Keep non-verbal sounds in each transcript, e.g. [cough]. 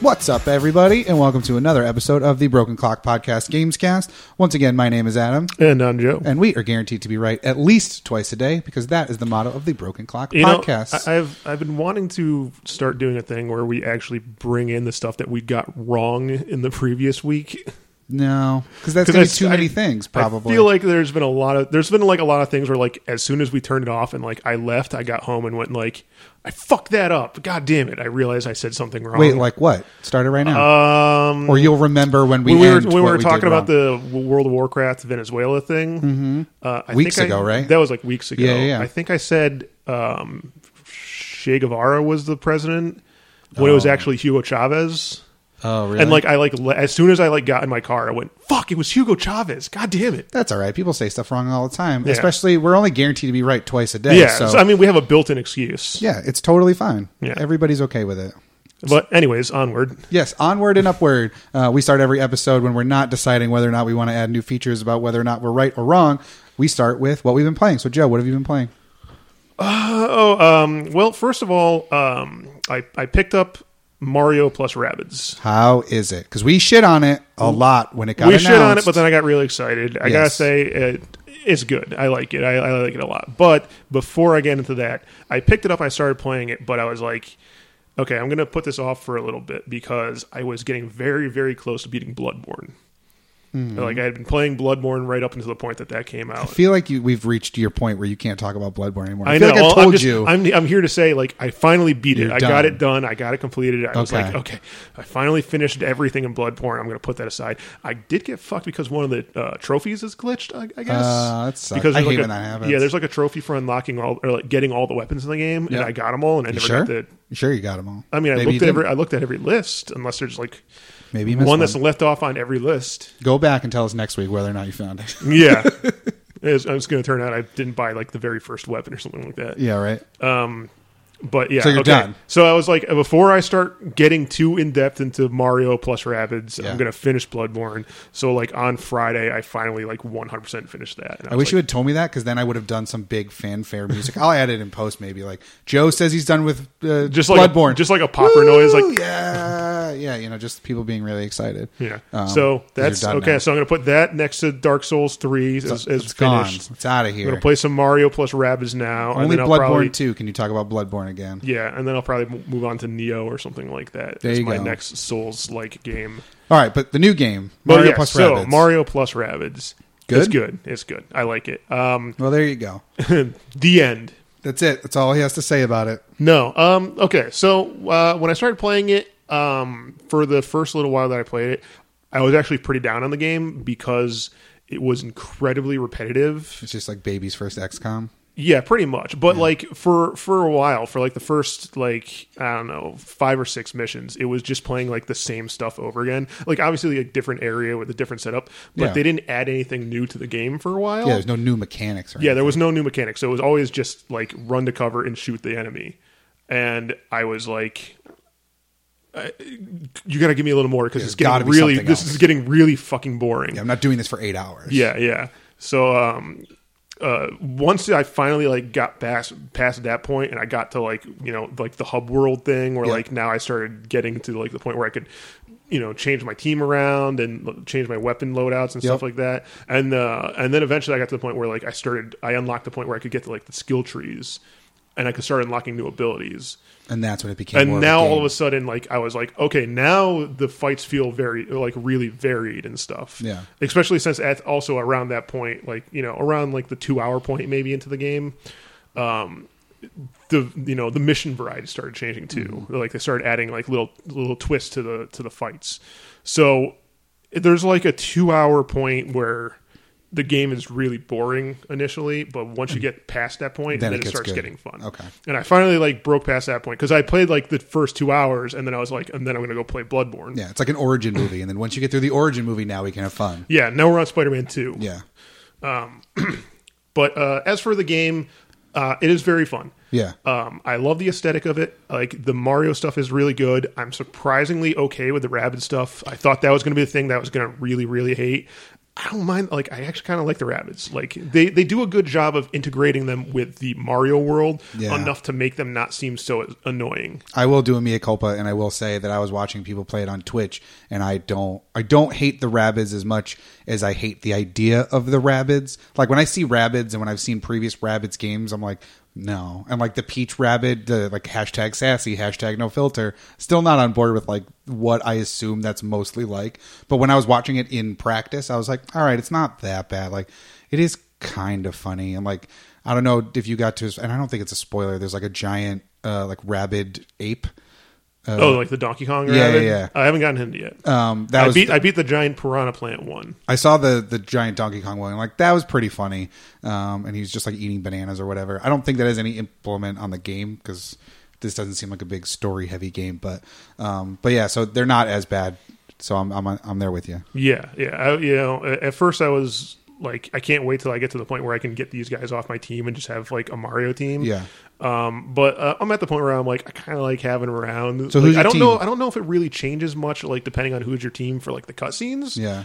What's up, everybody, and welcome to another episode of the Broken Clock Podcast Gamescast. Once again, my name is Adam, And I'm Joe. and we are guaranteed to be right at least twice a day because that is the motto of the Broken Clock You know, Podcast. I, I've I've been wanting to start doing a thing where we actually bring in the stuff that we got wrong in the previous week. no, because that's 'Cause going I to be s- too I- many things, I probably. feel like there's been a lot of there's been like a lot of things where like as soon as we turned it off and like I left, I got home and went like I fucked that up. God damn it! I realized I said something wrong. Wait, like what? Start it right now, um, or you'll remember when we when we were end when we what were did talking wrong. about the World of Warcraft Venezuela thing uh, I Mm-hmm. Weeks think I- ago, right? That was like weeks ago. Yeah, yeah, yeah. I think I said um, Che Guevara was the president when it was actually Hugo Chavez. Oh, really? And like I like le- as soon as I like got in my car, I went fuck. It was Hugo Chavez. God damn it. that's all right. People say stuff wrong all the time. Yeah. Especially, we're only guaranteed to be right twice a day. yeah. so, so, I mean, we have a built-in excuse. yeah, it's totally fine. Yeah. Everybody's okay with it. But anyways, onward. Yes, onward and upward. Uh, we start every episode when we're not deciding whether or not we want to add new features about whether or not we're right or wrong. We start with what we've been playing. So, Joe, what have you been playing? Oh, um, well, first of all, um, I I picked up Mario plus Rabbids. How is it? Because we shit on it a lot when it got we announced. shit on it, but then I got really excited. I gotta Yes. say, it, it's good. I like it. I, I like it a lot. But before I get into that, I picked it up. I started playing it, but I was like, okay, I'm gonna put this off for a little bit because I was getting very, very close to beating Bloodborne. Hmm. Like I had been playing Bloodborne right up until the point that that came out. I feel like you, we've reached your point where you can't talk about Bloodborne anymore. I, I feel know. like I Well, told [laughs] I'm just- you. I'm, I'm here to say, like, I finally beat it. You're I got done. it done. I got it completed. I was Okay. like, okay, I finally finished everything in Bloodborne. I'm going to put that aside. I did get fucked because one of the uh, trophies is glitched. I, I guess Uh, that sucks. I there's, hate a- when that happens. Yeah, there's like a trophy for unlocking all or like getting all the weapons in the game, Yep. and I got them all, and I never sure? got the. You sure you got them all? I mean, I Maybe you looked at didn't. every I looked at every list, unless there's like Maybe you one, missed one. that's left off on [laughs] every list. Go back and tell us next week whether or not you found it. Yeah. It's, it's going to turn out I didn't buy like the very first weapon or something like [laughs] that. yeah, right. But yeah, So you're okay. done. So I was like, before I start getting too in depth into Mario plus Rabbids, Yeah. I'm gonna finish Bloodborne. So like on Friday, I finally like 100 percent finished that. And I wish was you like, had told me that because then I would have done some big fanfare music. I'll add it in post, maybe. Like Joe says he's done with uh, just like Bloodborne. a, just like a popper noise, Woo, like yeah, yeah, you know, just people being really excited. yeah. Um, so 'cause that's you're done okay. now. So I'm gonna put that next to Dark Souls three as, as it's finished. gone. It's out of I'm here. gonna play some Mario plus Rabbids now. Only and then Bloodborne I'll probably, two. Can you talk about Bloodborne again? Yeah, and then I'll probably mo- move on to Neo or something like that. There That's you my go. next Souls like game. All right, but the new game, But Mario yeah, plus so Rabbids. Mario plus Rabbids. It's Good? good. It's good. I like it. Um, [laughs] well, there you go. the end. That's it. That's all he has to say about it. No. Um, okay. So uh, when I started playing it, um, for the first little while that I played it, I was actually pretty down on the game because it was incredibly repetitive. It's just like baby's first XCOM. Yeah, pretty much. But like for for a while, for like the first like I don't know five or six missions, it was just playing like the same stuff over again. Like obviously a different area with a different setup, but Yeah. they didn't add anything new to the game for a while. Yeah, there's no new mechanics. Or Yeah, there was no new mechanic, so it was always just like run to cover and shoot the enemy. And I was like, I- "You got to give me a little more because it's gotta getting be really something this else. is getting really fucking boring." I'm not doing this for eight hours. Yeah, yeah. So um, uh, once I finally like got past past that point, and I got to like you know like the hub world thing, where Yeah. like now I started getting to like the point where I could you know change my team around and l- change my weapon loadouts and Yep. stuff like that, and uh, and then eventually I got to the point where like I started I unlocked the point where I could get to like the skill trees, and I could start unlocking new abilities and that's when it became. more and now all of game. a sudden like i was like okay now the fights feel very like really varied and stuff Yeah. especially since at also around that point like you know around like the two hour point maybe into the game um the you know the mission variety started changing too Mm-hmm. like they started adding like little little twists to the to the fights so there's like a two hour point where the game is really boring initially, but once you get past that point, Mm. Then then, it it, gets starts good. getting fun. Okay. And I finally like broke past that point because I played like the first two hours, and then I was like, and then I'm gonna go play Bloodborne. yeah, it's like an origin movie, and then once you get through the origin movie, now we can have fun. Yeah, Now we're on Spider-Man Two. Yeah, But uh, as for the game, uh, it is very fun. yeah. Um, I love the aesthetic of it. Like the Mario stuff is really good. I'm surprisingly okay with the Rabid stuff. I thought that was going to be the thing that I was going to really, really hate. I don't mind. Like I actually kind of like the rabbits. Like they they do a good job of integrating them with the Mario world Yeah. enough to make them not seem so annoying. I will do a mea culpa, and I will say that I was watching people play it on Twitch, and I don't, I don't hate the rabbits as much as I hate the idea of the rabbits. Like when I see rabbits, and when I've seen previous rabbits games, I'm like, no. And like the peach rabbit, the like hashtag sassy, hashtag no filter, still not on board with like what I assume that's mostly like. But when I was watching it in practice, I was like, all right, it's not that bad. Like it is kind of funny, and like I don't know if you got to, and I don't think it's a spoiler. There's like a giant, uh, like rabid ape. oh, like the Donkey Kong. Uh, yeah, rabbit? yeah, yeah. I haven't gotten into it yet. Um, that I was beat I beat the giant piranha plant one. I saw the the giant Donkey Kong one. Like that was pretty funny. Um, and he was just like eating bananas or whatever. I don't think that has any implement on the game because this doesn't seem like a big story heavy game. But um, but yeah, so they're not as bad. So I'm I'm I'm there with you. Yeah, yeah. I, you know, a- at first I was like, I can't wait till I get to the point where I can get these guys off my team and just have like a Mario team. Yeah. Um, but uh, I'm at the point where I'm like, I kind of like having around. So like, who's I your don't know. team? I don't know if it really changes much, like depending on who's your team for like the cutscenes. Yeah.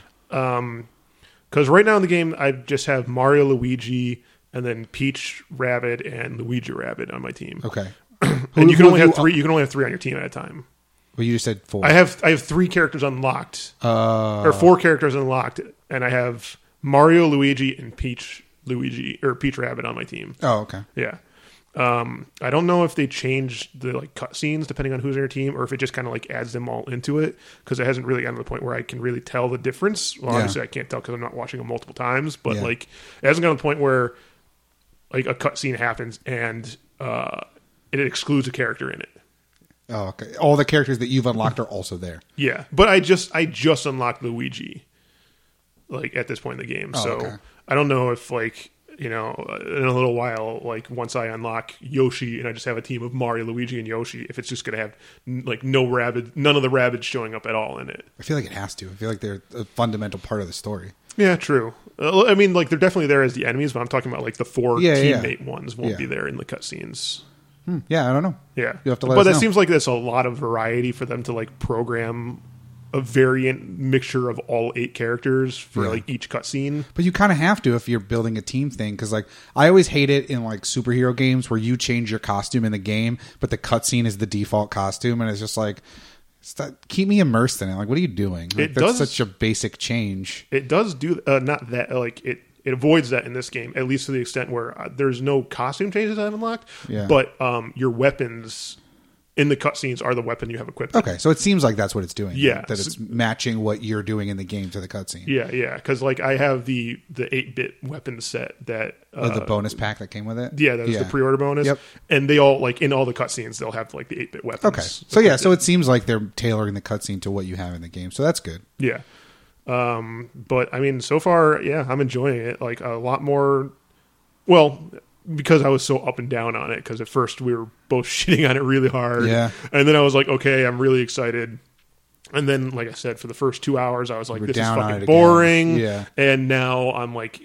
Because right now in the game, I just have Mario, Luigi, and then Peach Rabbit and Luigi Rabbit on my team. Okay. And you can who only have have you- three. You can only have three on your team at a time. Well, you just said four. I have I have three characters unlocked uh, or four characters unlocked, and I have Mario, Luigi, and Peach Luigi or Peach Rabbit on my team. oh, okay. Yeah. Um, I don't know if they changed the like cutscenes depending on who's on your team, or if it just kind of like adds them all into it because it hasn't really gotten to the point where I can really tell the difference. Well, Yeah. obviously I can't tell because I'm not watching them multiple times, but Yeah. like it hasn't gotten to the point where like a cutscene happens and uh, it excludes a character in it. Oh, okay. All the characters that you've unlocked are also there. Yeah, but I just I just unlocked Luigi, like at this point in the game. so Oh, okay. I don't know if like you know in a little while, like once I unlock Yoshi and I just have a team of Mario, Luigi, and Yoshi, if it's just gonna have n- like no rabbit, none of the rabbits showing up at all in it. I feel like it has to. I feel like they're a fundamental part of the story. Yeah, true. Uh, I mean, like they're definitely there as the enemies, but I'm talking about like the four Yeah, yeah, yeah. teammate ones won't Yeah. be there in the cutscenes. Hmm. Yeah, I don't know. Yeah, You have to let but us that know. seems like there's a lot of variety for them to like program a variant mixture of all eight characters for Yeah. like each cutscene. But you kind of have to if you're building a team thing because like I always hate it in like superhero games where you change your costume in the game, but the cutscene is the default costume, and it's just like st- keep me immersed in it. Like, what are you doing? Like, It that's does- such a basic change. It does do uh, not that like it it avoids that in this game at least to the extent where uh, there's no costume changes I've unlocked. Yeah. but um, your weapons in the cutscenes are the weapon you have equipped. Okay, so it seems like that's what it's doing. Yeah. that it's matching what you're doing in the game to the cutscene. Yeah, yeah, because like I have the the eight bit weapon set that Or uh, the bonus pack that came with it. yeah, that was the pre-order bonus, Yep. and they all like in all the cutscenes they'll have like the eight bit weapons. Okay, so equipped yeah, so it seems like they're tailoring the cutscene to what you have in the game, so that's good. Yeah. Um, but I mean, so far, yeah, I'm enjoying it. Like a lot more. Well, because I was so up and down on it. Because at first we were both [laughs] shitting on it really hard. Yeah. And then I was like, okay, I'm really excited. And then, like I said, for the first two hours, I was like, were this is down on it fucking again. boring. Yeah. And now I'm like,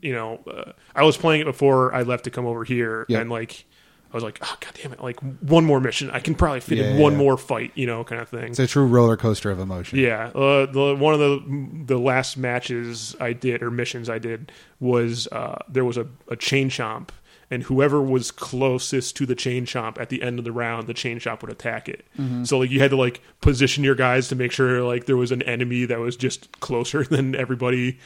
you know, uh, I was playing it before I left to come over here, Yeah. and like. I was like, oh god damn it! Like one more mission, I can probably fit in Yeah, one yeah. more fight, you know, kind of thing. It's a true roller coaster of emotion. Yeah, uh, the, one of the the last matches I did or missions I did was uh, there was a, a chain chomp, and whoever was closest to the chain chomp at the end of the round, the chain chomp would attack it. Mm-hmm. So like you had to like position your guys to make sure like there was an enemy that was just closer [laughs] than everybody.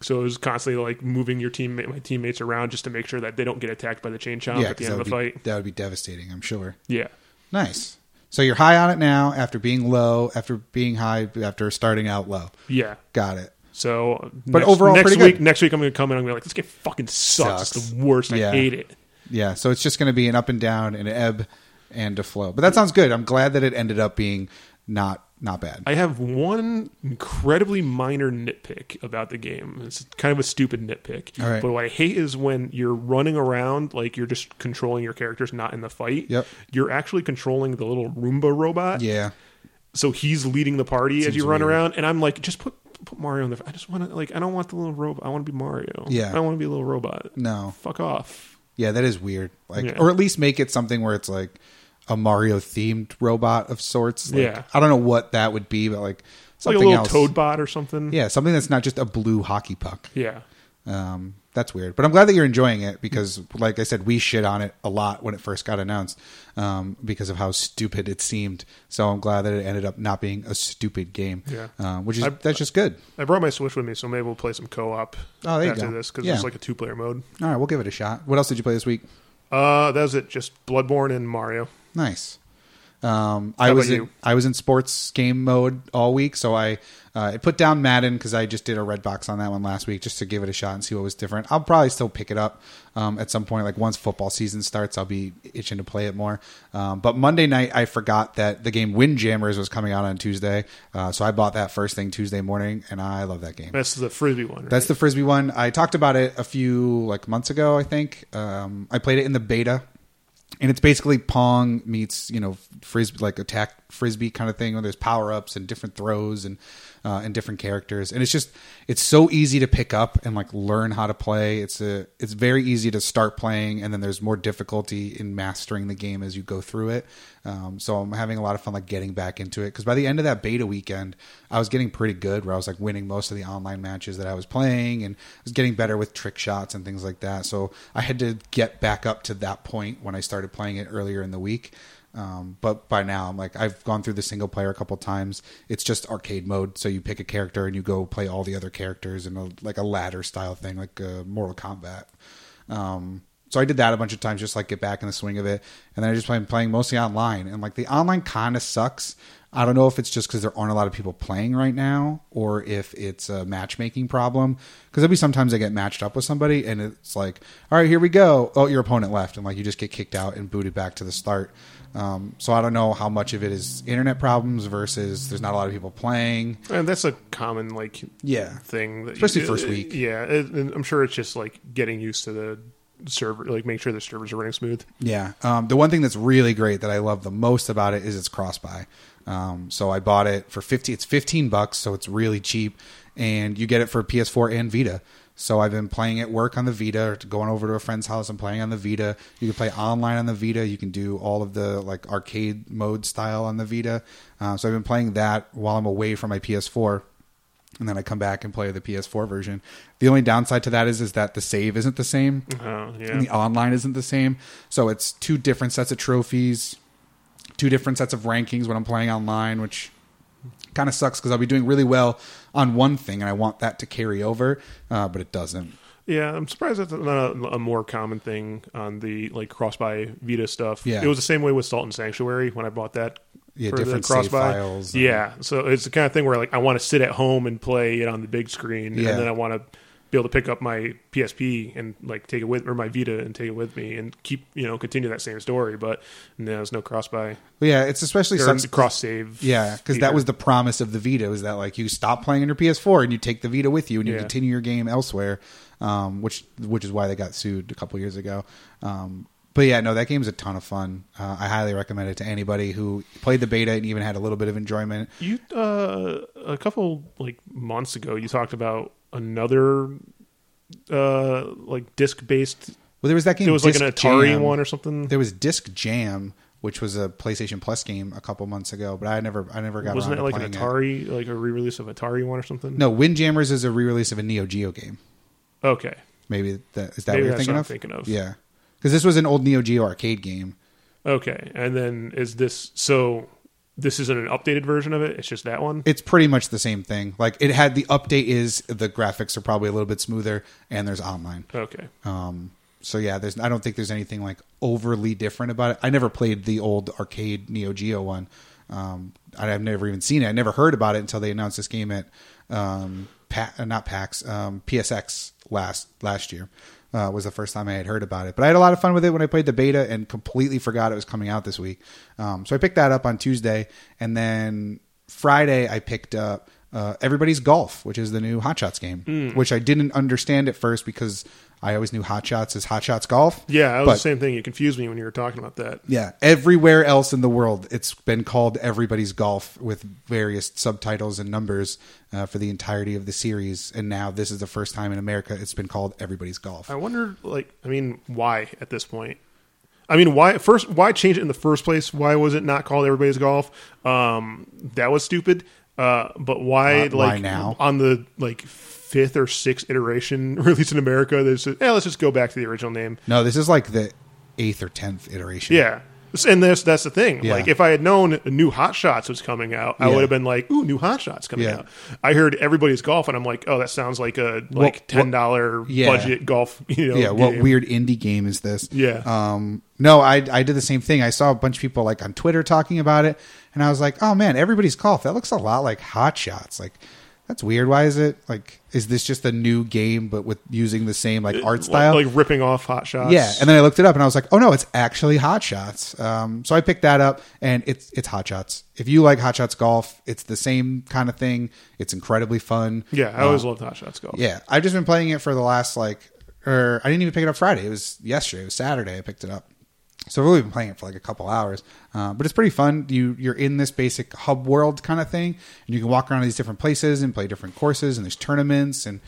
So it was constantly like moving your teammate, my teammates around just to make sure that they don't get attacked by the chain chomp yeah, at the 'cause end that of the would be fight. that would be devastating. I'm sure. Yeah. Nice. So you're high on it now after being low, after being high, after starting out low. Yeah. Got it. So, But next, overall, next pretty week, good. next week I'm going to come in. I'm going to be like, this game fucking sucks. Sucks. It's the worst. Yeah. I hate it. Yeah. So it's just going to be an up and down, an ebb and a flow. But that sounds good. I'm glad that it ended up being not not bad. I have one incredibly minor nitpick about the game. It's kind of a stupid nitpick. All right. But what I hate is when you're running around like you're just controlling your characters, not in the fight. Yep. You're actually controlling the little Roomba robot. yeah. So he's leading the party as Seems you run weird. around, and I'm like, just put put Mario in the. I just want to like, I don't want the little robot. I want to be Mario. Yeah. I don't want to be a little robot. No. Fuck off. Yeah, that is weird. Like, Yeah. or at least make it something where it's like, a Mario themed robot of sorts. Like, Yeah. I don't know what that would be, but like like a something little else. toad bot or something. Yeah, something that's not just a blue hockey puck. yeah. Um, that's weird, but I'm glad that you're enjoying it because, like I said, we shit on it a lot when it first got announced um, because of how stupid it seemed. So I'm glad that it ended up not being a stupid game, Yeah. um, which is I- that's just good. I brought my Switch with me, so maybe we'll play some co-op Oh, there you after go. this because Yeah. it's like a two-player mode. All right, we'll give it a shot. What else did you play this week? Uh, that was it. Just Bloodborne and Mario. Nice. Um, I about was in, you? I was in sports game mode all week, so I uh, I put down Madden because I just did a red box on that one last week just to give it a shot and see what was different. I'll probably still pick it up um, at some point, like once football season starts, I'll be itching to play it more. Um, but Monday night, I forgot that the game Windjammers was coming out on Tuesday, uh, so I bought that first thing Tuesday morning, and I love that game. That's the frisbee one. Right? That's the frisbee one. I talked about it a few like months ago. I think um, I played it in the beta, and it's basically Pong meets you know frisbee like attack frisbee kind of thing. Where there's power ups and different throws and uh, and different characters, and it's just it's so easy to pick up and like learn how to play. It's a it's very easy to start playing, and then there's more difficulty in mastering the game as you go through it. Um, so I'm having a lot of fun like getting back into it because by the end of that beta weekend, I was getting pretty good where I was like winning most of the online matches that I was playing and I was getting better with trick shots and things like that. So I had to get back up to that point when I started playing it earlier in the week. Um, but by now, I'm like I've gone through the single player a couple times. It's just arcade mode, so you pick a character and you go play all the other characters in a, like a ladder style thing, like uh, Mortal Kombat. Um, so I did that a bunch of times, just like get back in the swing of it. And then I just been playing mostly online, and like the online kind of sucks. I don't know if it's just because there aren't a lot of people playing right now, or if it's a matchmaking problem. Because there'll be sometimes I get matched up with somebody, and it's like, all right, here we go. Oh, your opponent left, and like you just get kicked out and booted back to the start. Um, so I don't know how much of it is internet problems versus there's not a lot of people playing. and that's a common like Yeah. thing, that Especially uh, first week. Yeah, it- and I'm sure it's just like getting used to the server, like make sure the servers are running smooth. Yeah. Um, the one thing that's really great that I love the most about it is its cross buy. Um, so I bought it for 50, it's 15 bucks. So it's really cheap and you get it for PS4 and Vita. So I've been playing at work on the Vita, or going over to a friend's house and playing on the Vita. You can play online on the Vita. You can do all of the like arcade mode style on the Vita. Uh, so I've been playing that while I'm away from my PS4 and then I come back and play the PS4 version. The only downside to that is is that the save isn't the same Uh, and yeah, the online isn't the same. So it's two different sets of trophies, two different sets of rankings when I'm playing online, which kind of sucks because I'll be doing really well on one thing and I want that to carry over, uh, but it doesn't. yeah. I'm surprised that's not a, a more common thing on the like cross by Vita stuff. Yeah. it was the same way with Salt and Sanctuary when I bought that. Yeah, for the different cross save by. files. Yeah, so it's the kind of thing where like I want to sit at home and play it on the big screen, Yeah. and then I want to be able to pick up my PSP and like take it with or my Vita and take it with me and keep you know continue that same story. But no, there's no cross by But yeah, it's especially or sucks- cross save. Yeah, because that feature. was the promise of the Vita was that like you stop playing on your PS4 and you take the Vita with you and you Yeah. continue your game elsewhere, um, which which is why they got sued a couple years ago. Um, but yeah, no, that game's a ton of fun. Uh, I highly recommend it to anybody who played the beta and even had a little bit of enjoyment. You uh, a couple like months ago, you talked about another uh like disc based. Well, there was that game. It was like an Disc Atari Jam. one or something. There was Disc Jam, which was a PlayStation Plus game a couple months ago, but I never I never got Wasn't around that to like an playing it. Atari, like a re-release of Atari one or something? No, Windjammers is a re-release of a Neo Geo game. Okay. Maybe that is that what Maybe you're that's thinking what I'm of? thinking of. Yeah, because this was an old Neo Geo arcade game. Okay. And then is this so? This isn't an updated version of it. It's just that one. It's pretty much the same thing. Like it had the update is the graphics are probably a little bit smoother, and there's online. Okay. Um, so yeah, there's I don't think there's anything like overly different about it. I never played the old arcade Neo Geo one. Um, I- I've never even seen it. I never heard about it until they announced this game at um, pa- uh, not PAX um, PSX last last year. Uh, was the first time I had heard about it, but I had a lot of fun with it when I played the beta and completely forgot it was coming out this week. Um, so I picked that up on Tuesday, and then Friday I picked up uh, Everybody's Golf, which is the new Hot Shots game, Hmm. which I didn't understand at first because I always knew Hot Shots is Hot Shots Golf. Yeah, that was but, the same thing. You confused me when you were talking about that. Yeah, everywhere else in the world, it's been called Everybody's Golf with various subtitles and numbers uh, for the entirety of the series, and now this is the first time in America it's been called Everybody's Golf. I wonder, like, I mean, why at this point? I mean, why first? Why change it in the first place? Why was it not called Everybody's Golf? Um, that was stupid. Uh, but why, Uh, like, why now? on the like fifth or sixth iteration [laughs] released in America, they said, "Hey, let's just go back to the original name." No, this is like the eighth or tenth iteration. Yeah. And that's that's the thing. Yeah. Like if I had known New Hot Shots was coming out, I Yeah. would have been like, "Ooh, New Hot Shots coming Yeah. out." I heard everybody's golf, and I'm like, "Oh, that sounds like a like What- what- ten dollar Yeah. budget golf." [laughs] You know, yeah what Oh, game. weird indie game is this Yeah. um no i i did the same thing i saw a bunch of people like on twitter talking about it and i was like oh man everybody's golf that looks a lot like hot shots like that's weird why is it like is this just a new game but with using the same like art style like, ripping off Hot Shots. yeah and then i looked it up and i was like oh no it's actually hot shots um so i picked that up and it's it's hot shots if you like hot shots golf it's the same kind of thing it's incredibly fun yeah, I always loved Hot Shots golf. Oh. yeah, I've just been playing it for the last like, or I didn't even pick it up Friday. It was yesterday. It was Saturday. I picked it up. So I've only been playing it for like a couple hours, uh, but it's pretty fun. You you're in this basic hub world kind of thing, and you can walk around these different places and play different courses, and there's tournaments and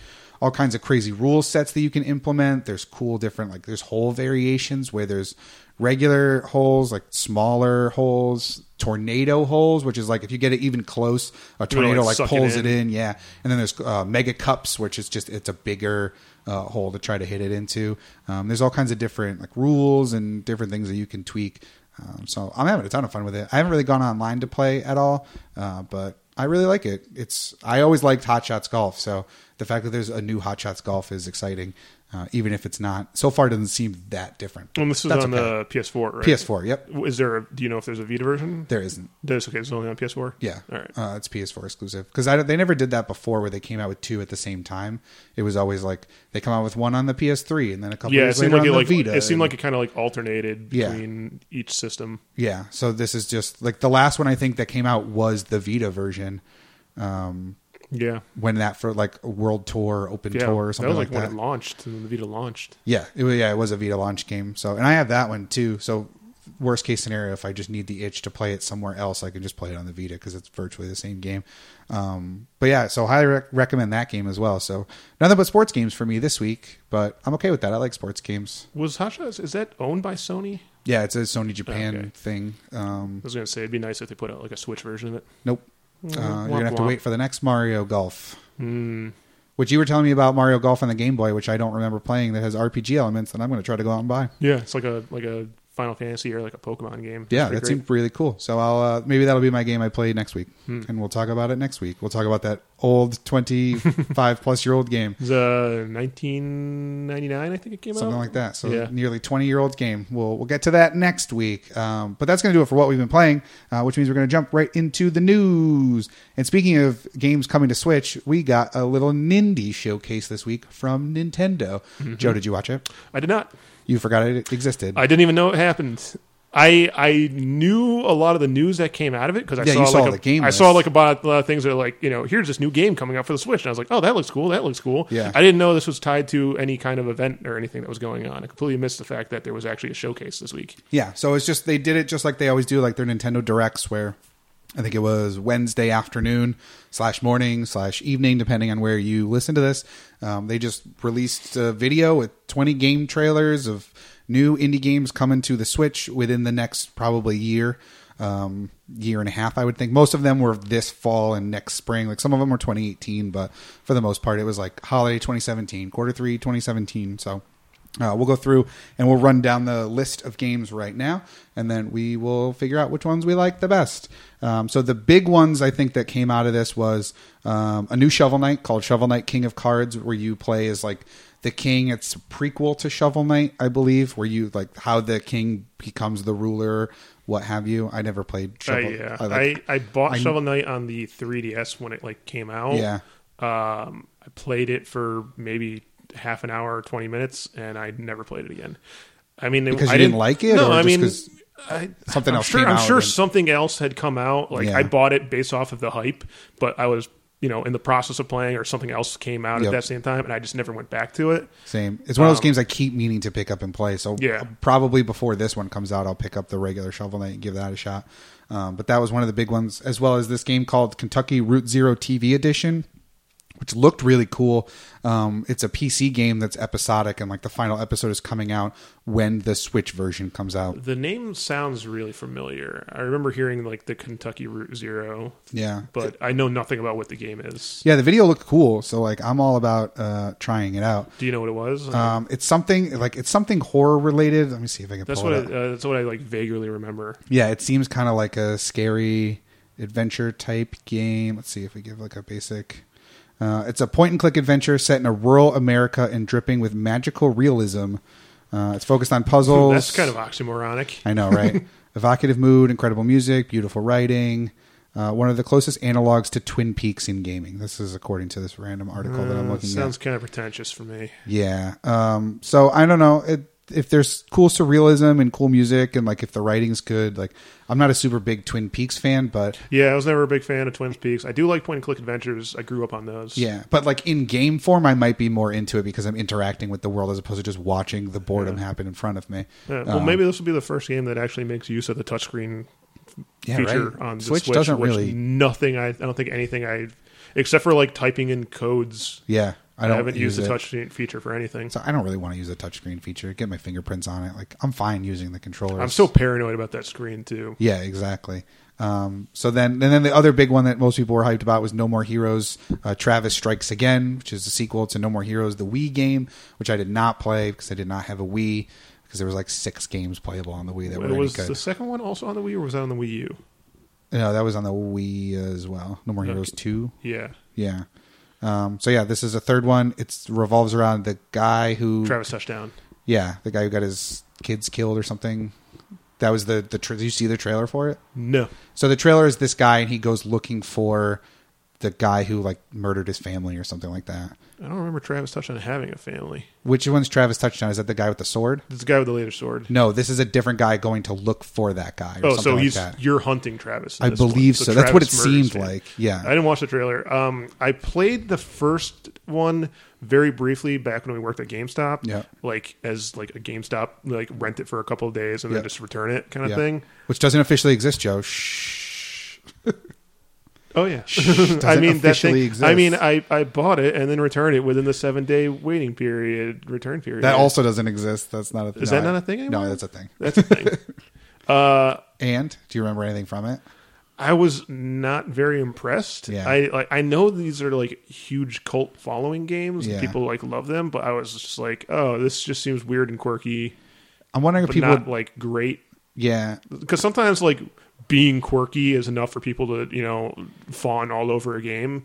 all kinds of crazy rule sets that you can implement. There's cool different like there's hole variations where there's regular holes, like smaller holes, tornado holes, which is like if you get it even close, a tornado like, suck it pulls in. it in in, yeah. And then there's uh, mega cups, which is just it's a bigger uh, hole to try to hit it into. Um, there's all kinds of different like rules and different things that you can tweak. Um, so I'm having a ton of fun with it. I haven't really gone online to play at all, uh, but I really like it. It's I always liked Hot Shots Golf, so the fact that there's a new Hot Shots Golf is exciting, uh, even if it's not so far it doesn't seem that different. And this is That's on uh, okay. the PS4, right? PS4. Yep, Is there? A, do you know if there's a Vita version? there isn't. There's okay. It's only on PS4. Yeah, All right. Uh, it's PS4 exclusive because they never did that before, where they came out with two at the same time. It was always like they come out with one on the PS3 and then a couple Yeah, it years seemed later like it on like the Vita. it seemed and- like it kind of like alternated Yeah. between each system. yeah. So this is just like the last one I think that came out was the Vita version Yeah. when that for like World Tour, Open Yeah, Tour, or that something was like, like, when that. it launched, and when the Vita launched. Yeah, it was, yeah, it was a Vita launch game. So, and I have that one too. So, worst case scenario, if I just need the itch to play it somewhere else, I can just play it on the Vita because it's virtually the same game. Um, but yeah, so highly rec- recommend that game as well. So, nothing but sports games for me this week, but I'm okay with that. I like sports games. Was Hot Shots is that owned by Sony? Yeah, it's a Sony Japan Okay. thing. Um, I was gonna say it'd be nice if they put out like a Switch version of it. nope, uh, you're gonna have to Mm-hmm. womp. wait for the next Mario Golf. Hmm, Which you were telling me about Mario Golf on the Game Boy, which I don't remember playing, that has RPG elements, and I'm going to try to go out and buy. Yeah, it's like a like a Final Fantasy or like a Pokemon game. Yeah, that It's pretty seemed really cool. So I'll uh, maybe that'll be my game I play next week, Hmm. and we'll talk about it next week. We'll talk about that old [laughs] twenty-five plus year old game, great. It's, uh, 1999, I think it came something out. like that. So Yeah. nearly twenty year old game. We'll we'll get to that next week. Um, but that's going to do it for what we've been playing, uh, which means we're going to jump right into the news. And speaking of games coming to Switch, we got a little Nindy showcase this week from Nintendo. Mm-hmm. Joe, did you watch it? I did not. You forgot it existed. I didn't even know it happened. I I knew a lot of the news that came out of it because I Yeah, saw, you saw like a, the game I saw list. like about a lot of things that are like you know here's this new game coming out for the Switch and I was like oh that looks cool that looks cool Yeah. I didn't know this was tied to any kind of event or anything that was going on I completely missed the fact that there was actually a showcase this week Yeah, so it's just they did it just like they always do, like their Nintendo Directs, where I think it was Wednesday afternoon slash morning slash evening, depending on where you listen to this. Um, they just released a video with 20 game trailers of new indie games coming to the Switch within the next probably year um, year and a half, I would think. Most of them were this fall and next spring. Like some of them were 2018, but for the most part, it was like holiday 2017, quarter three 2017. So uh, we'll go through and we'll run down the list of games right now, and then we will figure out which ones we like the best. Um, so the big ones I think that came out of this was um, a new Shovel Knight called Shovel Knight King of Cards, where you play as like the king it's a prequel to shovel knight i believe where you like how the king becomes the ruler what have you i never played Uh, shovel yeah I, I, like, I, bought I- Shovel Knight on the 3DS when it like came out Yeah. um I played it for maybe half an hour or 20 minutes and I never played it again I mean Because I you didn't like it, no or I just mean 'cause I, something I'm else sure came I'm out sure and- something else had come out like Yeah. I bought it based off of the hype but I was you know in the process of playing or something else came out Yep. at that same time and I just never went back to it same it's one of those games i keep meaning to pick up and play so Um, Yeah. probably before this one comes out i'll pick up the regular shovel knight and give that a shot um, but that was one of the big ones as well as this game called kentucky route zero tv edition which looked really cool. Um, it's a PC game that's episodic, and like the final episode is coming out when the Switch version comes out. The name sounds really familiar. I remember hearing like the Kentucky Route Zero, Yeah, but I know nothing about what the game is. yeah, the video looked cool, so like I'm all about uh, trying it out. Do you know what it was? Um, it's something like it's something horror related. Let me see if I can that's pull what I, it up. uh, that's what I like vaguely remember. yeah, it seems kind of like a scary adventure type game. Let's see if we give like a basic. Uh, it's a point and click adventure set in a rural America and dripping with magical realism. Uh, it's focused on puzzles. That's kind of oxymoronic. I know, [laughs] right? Evocative mood, incredible music, beautiful writing. Uh, one of the closest analogs to Twin Peaks in gaming. This is according to this random article that I'm Uh, looking sounds kind of pretentious for me. at. Yeah. Um, so I don't know it, if there's cool surrealism and cool music, and like if the writing's good. Like I'm not a super big Twin Peaks fan, but Yeah, I was never a big fan of Twin Peaks. I do like point and click adventures. I grew up on those. yeah, but like in game form, I might be more into it because I'm interacting with the world as opposed to just watching the boredom happen in front of me. Uh, well, Um, maybe this will be the first game that actually makes use of the touchscreen yeah, feature right? on the Switch Switch. doesn't which really- Nothing. I, I don't think anything. I except for like typing in codes. Yeah, I I, don't haven't used use the it. touchscreen feature for anything. So I don't really want to use a touchscreen feature. Get my fingerprints on it. Like I'm fine using the controller. I'm so paranoid about that screen too. yeah, exactly. Um, so then, and then the other big one that most people were hyped about was No More Heroes. Uh, Travis Strikes Again, which is a sequel to No More Heroes, the Wii game, which I did not play because I did not have a Wii. Because there was like six games playable on the Wii that were It was any the good. second one also on the Wii, or was that on the Wii U? No, that was on the Wii as well. No More Heroes Two. Yeah, Yeah. Um, so yeah, this is a third one. It revolves around the guy who Travis Touchdown. Yeah, the guy who got his kids killed or something. That was the the. Tra- did you see the trailer for it? No, So the trailer is this guy, and he goes looking for the guy who like murdered his family or something like that. I don't remember Travis Touchdown having a family. Which one's Travis Touchdown? Is that the guy with the sword? It's the guy with the laser sword. No, this is a different guy going to look for that guy. Or Oh, something so like he's that. you're hunting Travis. in I this one. believe so. That's what it Travis murders seemed him. like. Yeah. I didn't watch the trailer. Um, I played the first one very briefly back when we worked at GameStop. Yeah. like as like a GameStop, like rent it for a couple of days and Yeah. then just return it kind of Yeah. thing. Which doesn't officially exist, Joe. Shh. Oh yeah, Doesn't [laughs] I mean that officially thing. exist. I mean, I I bought it and then returned it within the seven day waiting period, return period. That also doesn't exist. That's not a Is that not a thing anymore? No, that's a thing. that's [laughs] a thing. uh, And do you remember anything from it? I was not very impressed. Yeah. I like I know these are like huge cult following games. Yeah. And people like love them, but I was just like, oh, this just seems weird and quirky, I'm wondering if but people. not like great. yeah, Because sometimes like being quirky is enough for people to you know fawn all over a game,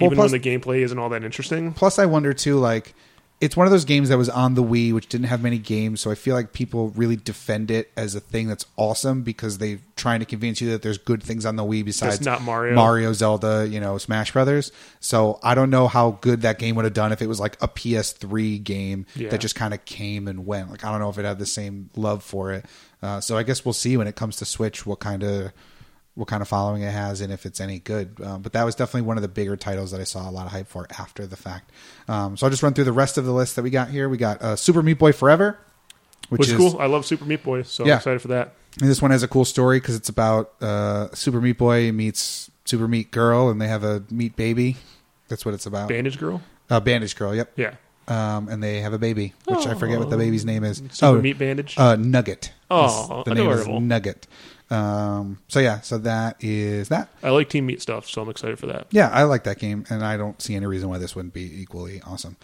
Well, even plus- when the gameplay isn't all that interesting. plus i wonder too like it's one of those games that was on the wii which didn't have many games so i feel like people really defend it as a thing that's awesome because they're trying to convince you that there's good things on the wii besides not Mario. mario zelda you know smash brothers so i don't know how good that game would have done if it was like a ps3 game Yeah. that just kind of came and went like i don't know if it had the same love for it uh, so i guess we'll see when it comes to switch what kind of what kind of following it has and if it's any good. Um, but that was definitely one of the bigger titles that I saw a lot of hype for after the fact. Um, so I'll just run through the rest of the list that we got here. We got uh, Super Meat Boy Forever, which, Which is is cool. I love Super Meat Boy, so Yeah. I'm excited for that. and this one has a cool story because it's about uh, Super Meat Boy meets Super Meat Girl, and they have a meat baby. That's what it's about. Bandage Girl. uh, Bandage Girl, yep. Yeah. Um, and they have a baby, which I forget what the Aw. baby's name is. Super oh, Meat Bandage. uh, Nugget. Aw, the name is adorable. Nugget. Um, so yeah, so that is that. I like Team Meat stuff, so I'm excited for that. Yeah, I like that game, and I don't see any reason why this wouldn't be equally awesome.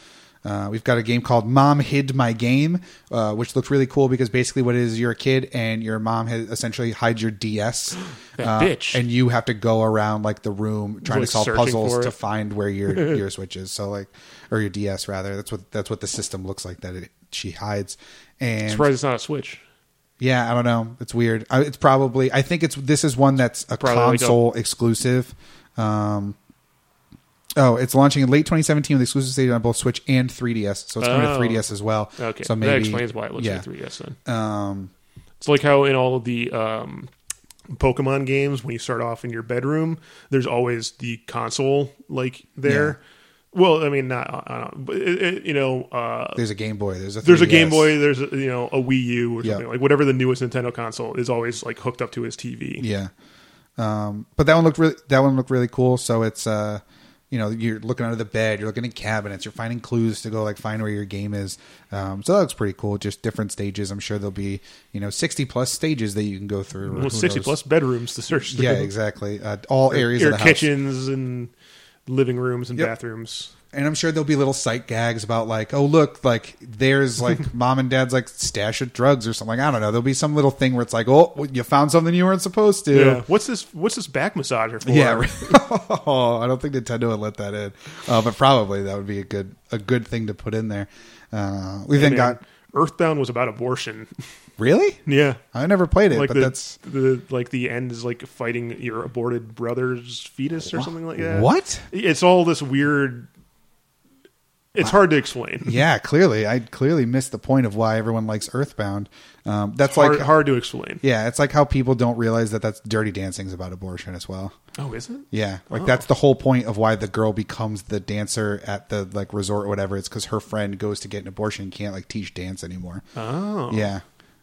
Uh, we've got a game called Mom Hid My Game, uh, which looked really cool because basically what it is, you're a kid and your mom has essentially hides your DS. [gasps] That uh, bitch. And you have to go around like the room trying Like, to solve searching for puzzles it. to find where [laughs] your your Switch is. So like, or your DS rather. That's what that's what the system looks like that it, she hides. And Surprised it's not a Switch. yeah, I don't know. It's weird. I, it's probably. I think it's. This is one that's a Probably like a- console exclusive. Um, oh, it's launching in late 2017 with exclusive state on both Switch and 3DS. So it's coming Oh. to 3DS as well. Okay, So maybe that explains why it looks yeah. like 3DS then. Um, It's like how in all of the um, Pokemon games, when you start off in your bedroom, there's always the console like there. Well, I mean, not I don't, but it, it, you know, uh, there's a Game Boy. There's a. 3DS. there's a Game Boy, there's a, you know a Wii U or E Yeah. something like whatever the newest Nintendo console is always like hooked up to his TV. Yeah. Um, but that one looked really. That one looked really cool. So it's. Uh, you know you're looking under the bed, you're looking in cabinets, you're finding clues to go like find where your game is. Um, so that looks pretty cool. Just different stages. I'm sure there'll be you know 60 plus stages that you can go through. or who Well, sixty knows. plus bedrooms to search. Through. Yeah, exactly. Uh, all areas Your of the house. kitchens and living rooms and Yep. bathrooms. and I'm sure there'll be little sight gags about like, oh look, like there's [laughs] like mom and dad's like stash of drugs or something. I don't know. There'll be some little thing where it's like, oh, you found something you weren't supposed to. Yeah. What's this? What's this back massager for? Yeah, [laughs] [laughs] oh, I don't think Nintendo would let that in, uh, but probably that would be a good a good thing to put in there. Uh, we then Man, got Earthbound was about abortion. [laughs] really. yeah. I never played it, Like but the, that's the like the end is like fighting your aborted brother's fetus or something like that. what. It's all this weird. It's hard to explain. Yeah, clearly, I clearly missed the point of why everyone likes Earthbound. Um, that's hard, like, hard to explain. yeah, it's like how people don't realize that that's Dirty Dancing's about abortion as well. Oh, is it? Yeah, like that's the whole point of why the girl becomes the dancer at the like resort or whatever. It's because her friend goes to get an abortion and can't like teach dance anymore. Oh, Yeah,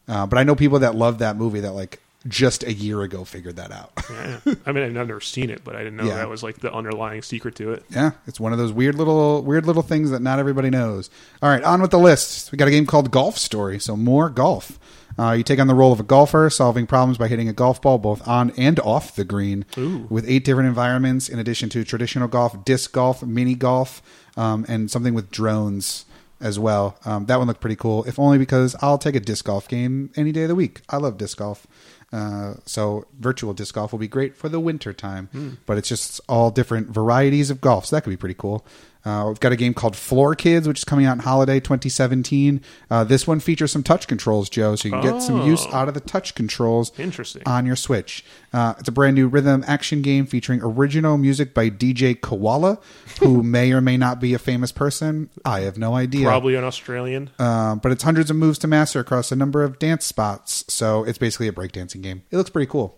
uh, but I know people that love that movie that like just a year ago figured that out. [laughs] yeah. I mean, I've never seen it, but I didn't know Yeah. that was like the underlying secret to it. yeah, it's one of those weird little weird little things that not everybody knows. All right, on with the list. We got a game called Golf Story, so more golf. Uh, you take on the role of a golfer, solving problems by hitting a golf ball both on and off the green, Ooh. with eight different environments in addition to traditional golf, disc golf, mini golf, um, and something with drones as well. Um, that one looked pretty cool, if only because I'll take a disc golf game any day of the week. I love disc golf. Uh, so virtual disc golf will be great for the winter time, but it's just all different varieties of golf. So that could be pretty cool. Uh, we've got a game called Floor Kids, which is coming out in holiday 2017. Uh, this one features some touch controls, Joe, so you can get some use out of the touch controls Interesting. on your Switch. Uh, it's a brand new rhythm action game featuring original music by DJ Koala, who may or may not be a famous person. I have no idea. Probably an Australian. Um, but it's hundreds of moves to master across a number of dance spots. So it's basically a breakdancing game. It looks pretty cool.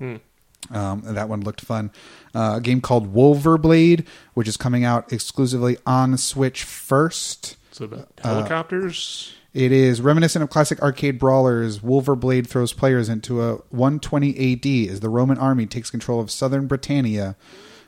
Um, and that one looked fun. Uh, a game called Wolverblade, which is coming out exclusively on Switch first. so about Uh, helicopters. It is reminiscent of classic arcade brawlers. Wolverblade throws players into a 120 AD as the Roman army takes control of southern Britannia.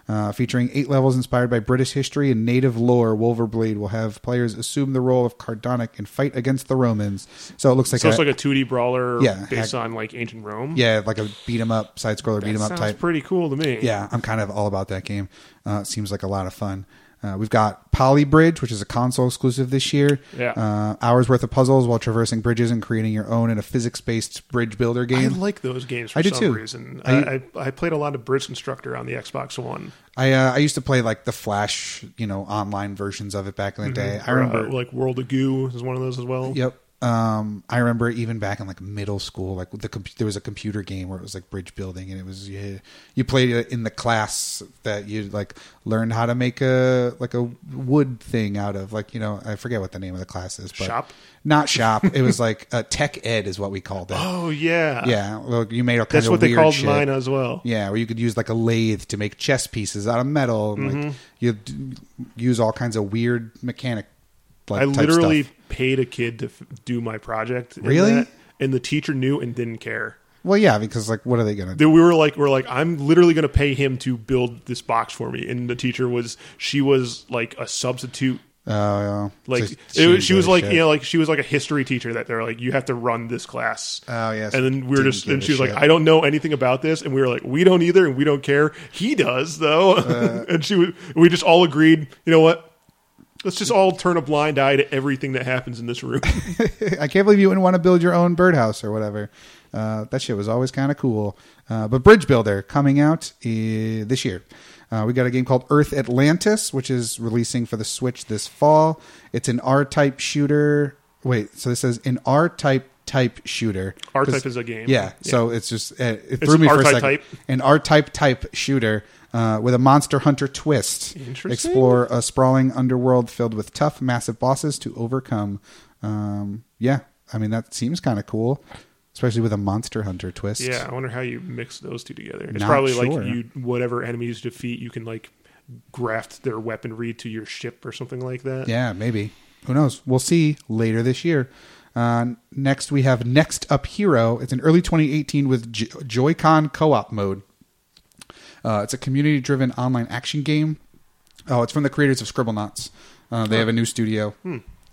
Uh, featuring eight levels inspired by British history and native lore, Wolverblade will have players assume the role of Cardonic and fight against the Romans. So it looks like, so a, it's like a 2D brawler Yeah, based hack- on like ancient Rome. yeah, like a beat 'em up side scroller beat 'em up Sounds type. pretty cool to me. Yeah, I'm kind of all about that game. Uh, it seems like a lot of fun. Uh, we've got Poly Bridge, which is a console exclusive this year. Yeah. Uh, hours worth of puzzles while traversing bridges and creating your own in a physics based bridge builder I game. like those games for I do some too. reason. I- I, I I played a lot of Bridge Constructor on the Xbox One. I uh, I used to play like the Flash, you know, online versions of it back in the day. I Or, uh, remember. like World of Goo is one of those as well. Yep. Um, I remember even back in like middle school, like the comp- there was a computer game where it was like bridge building, and it was you, you played it in the class that you like learned how to make a like a wood thing out of like you know I forget what the name of the class is, but Shop? not shop. it was like uh, tech ed is what we called it. [gasps] Oh yeah. yeah, well, you made all kinds That's of what they weird called shit. mine as well. Yeah, where you could use like a lathe to make chess pieces out of metal. And, Mm-hmm. Like you use all kinds of weird mechanic. Like, I type literally stuff. paid a kid to f- do my project. in Really? that, and the teacher knew and didn't care. well, yeah, because like what are they gonna do? Then we were like, we are like, I'm literally going to pay him to build this box for me. And the teacher was, she was like a substitute. Oh, yeah. Like So it, was- didn't she give was a like, shit. you know, like she was like a history teacher that they're like, you have to run this class. Oh, yes. And then we were Didn't just, give and a she was like, shit. I don't know anything about this. And we were like, we don't either, and we don't care. He does though. Uh, [laughs] and she, was, we just all agreed. You know what? Let's just all turn a blind eye to everything that happens in this room. [laughs] I can't believe you wouldn't want to build your own birdhouse or whatever. Uh, that shit was always kind of cool. Uh, but Bridge Builder coming out uh, this year. Uh, we got a game called Earth Atlantis, which is releasing for the Switch this fall. It's an R-type shooter. Wait, so this is an R-type type shooter. R 'Cause- type is a game. Yeah, so it's just uh, it It's threw me an for a R-type second. type. An R-type type shooter uh, with a monster hunter twist. Interesting. Explore a sprawling underworld filled with tough, massive bosses to overcome. Um, yeah, I mean that seems kind of cool, especially with a monster hunter twist. Yeah, I wonder how you mix those two together. It's Not probably sure. like you whatever enemies you defeat, you can like graft their weaponry to your ship or something like that. Yeah, maybe. Who knows? We'll see later this year. Uh, next, we have Next Up Hero. It's an early 2018 with J- Joy-Con co-op mode. Uh, it's a community-driven online action game Oh, it's from the creators of Scribblenauts. Uh, they have a new studio.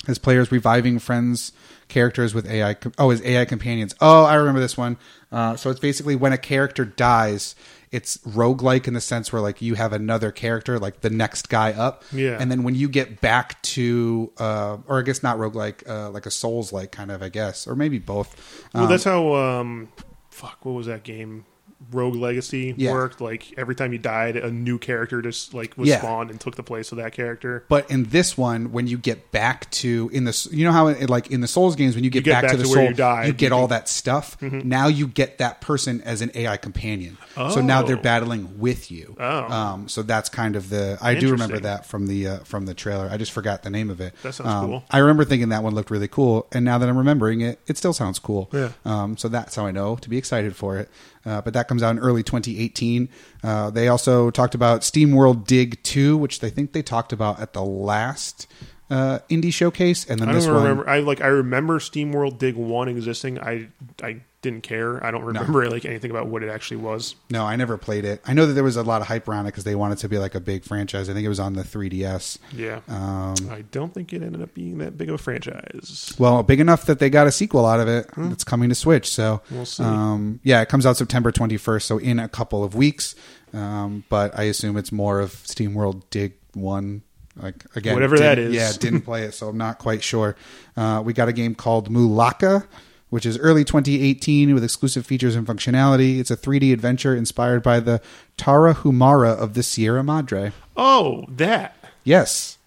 As players reviving friends' characters with AI. Com- oh, as AI companions. Oh, I remember this one. Uh, so it's basically when a character dies, it's roguelike in the sense where like you have another character, like the next guy up. Yeah. And then when you get back to, uh, or I guess not roguelike, uh, like a Souls like kind of, I guess, or maybe both. Uh, Well, that's how um, fuck. What was that game? Rogue Legacy Yeah. worked. Like every time you died, a new character just like was Yeah. spawned and took the place of that character. But in this one, when you get back to in the you know how it, like in the Souls games when you get, get back, to the where soul, you died, Mm-hmm. get you all can- that stuff. Now you get that person as an AI companion. So now they're Oh. battling with you. Oh. Um, so that's kind of the I do remember Interesting. that from the uh, from the trailer. I just forgot the name of it. That sounds Um, cool. I remember thinking that one looked really cool, and now that I'm remembering it, it still sounds cool. Yeah. Um, so that's how I know to be excited for it. Uh, but that comes out in early 2018. Uh, they also talked about SteamWorld Dig 2, which they think they talked about at the last uh, indie showcase, and then I this don't one. remember. I like. I remember SteamWorld Dig One existing. I I didn't care. I don't remember [laughs] like anything about what it actually was. No, I never played it. I know that there was a lot of hype around it because they wanted to be like a big franchise. I think it was on the 3DS. Yeah. Um, I don't think it ended up being that big of a franchise. well, big enough that they got a sequel out of it that's coming to Switch. So, Hmm. We'll see. um, yeah, it comes out September 21st, so in a couple of weeks. Um, but I assume it's more of SteamWorld Dig One, like again, Whatever didn't- that is. Yeah, [laughs] didn't play it, so I'm not quite sure. Uh, we got a game called Mulaka. Which is early 2018 with exclusive features and functionality. It's a 3D adventure inspired by the Tara Humara of the Sierra Madre. Oh, that Yes.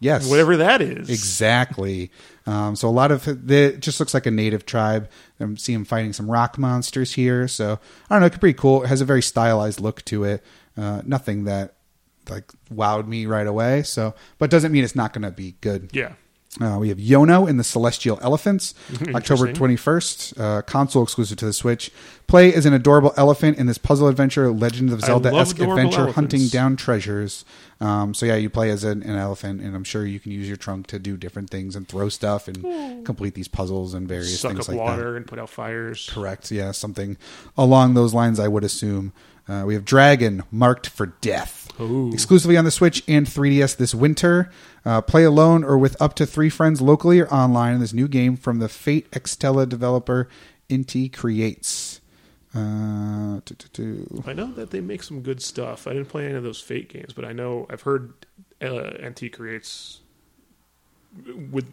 Yes. whatever that is. Exactly. Um, so a lot of the- it just looks like a native tribe. I'm seeing fighting some rock monsters here. So I don't know. It could be pretty cool. It has a very stylized look to it. Uh, nothing that like wowed me right away. So, but doesn't mean it's not going to be good. Yeah. Uh, we have Yono and the Celestial Elephants, October [laughs] Interesting. 21st, uh, console exclusive to the Switch. Play as an adorable elephant in this puzzle adventure, Legend of I Zelda esque love adorable adventure, hunting elephants. down treasures. Um, so, yeah, you play as an, an elephant, and I'm sure you can use your trunk to do different things and throw stuff and complete these puzzles and various Suck things up like that. water and put out fires. Correct. Yeah, something along those lines, I would assume. Uh, we have Dragon marked for death. Ooh. Exclusively on the Switch and 3DS this winter. Uh, play alone or with up to three friends locally or online in this new game from the Fate Extella developer Inti Creates. Uh, tu- tu- tu. I know that they make some good stuff. I didn't play any of those Fate games, but I know I've heard uh, NT creates with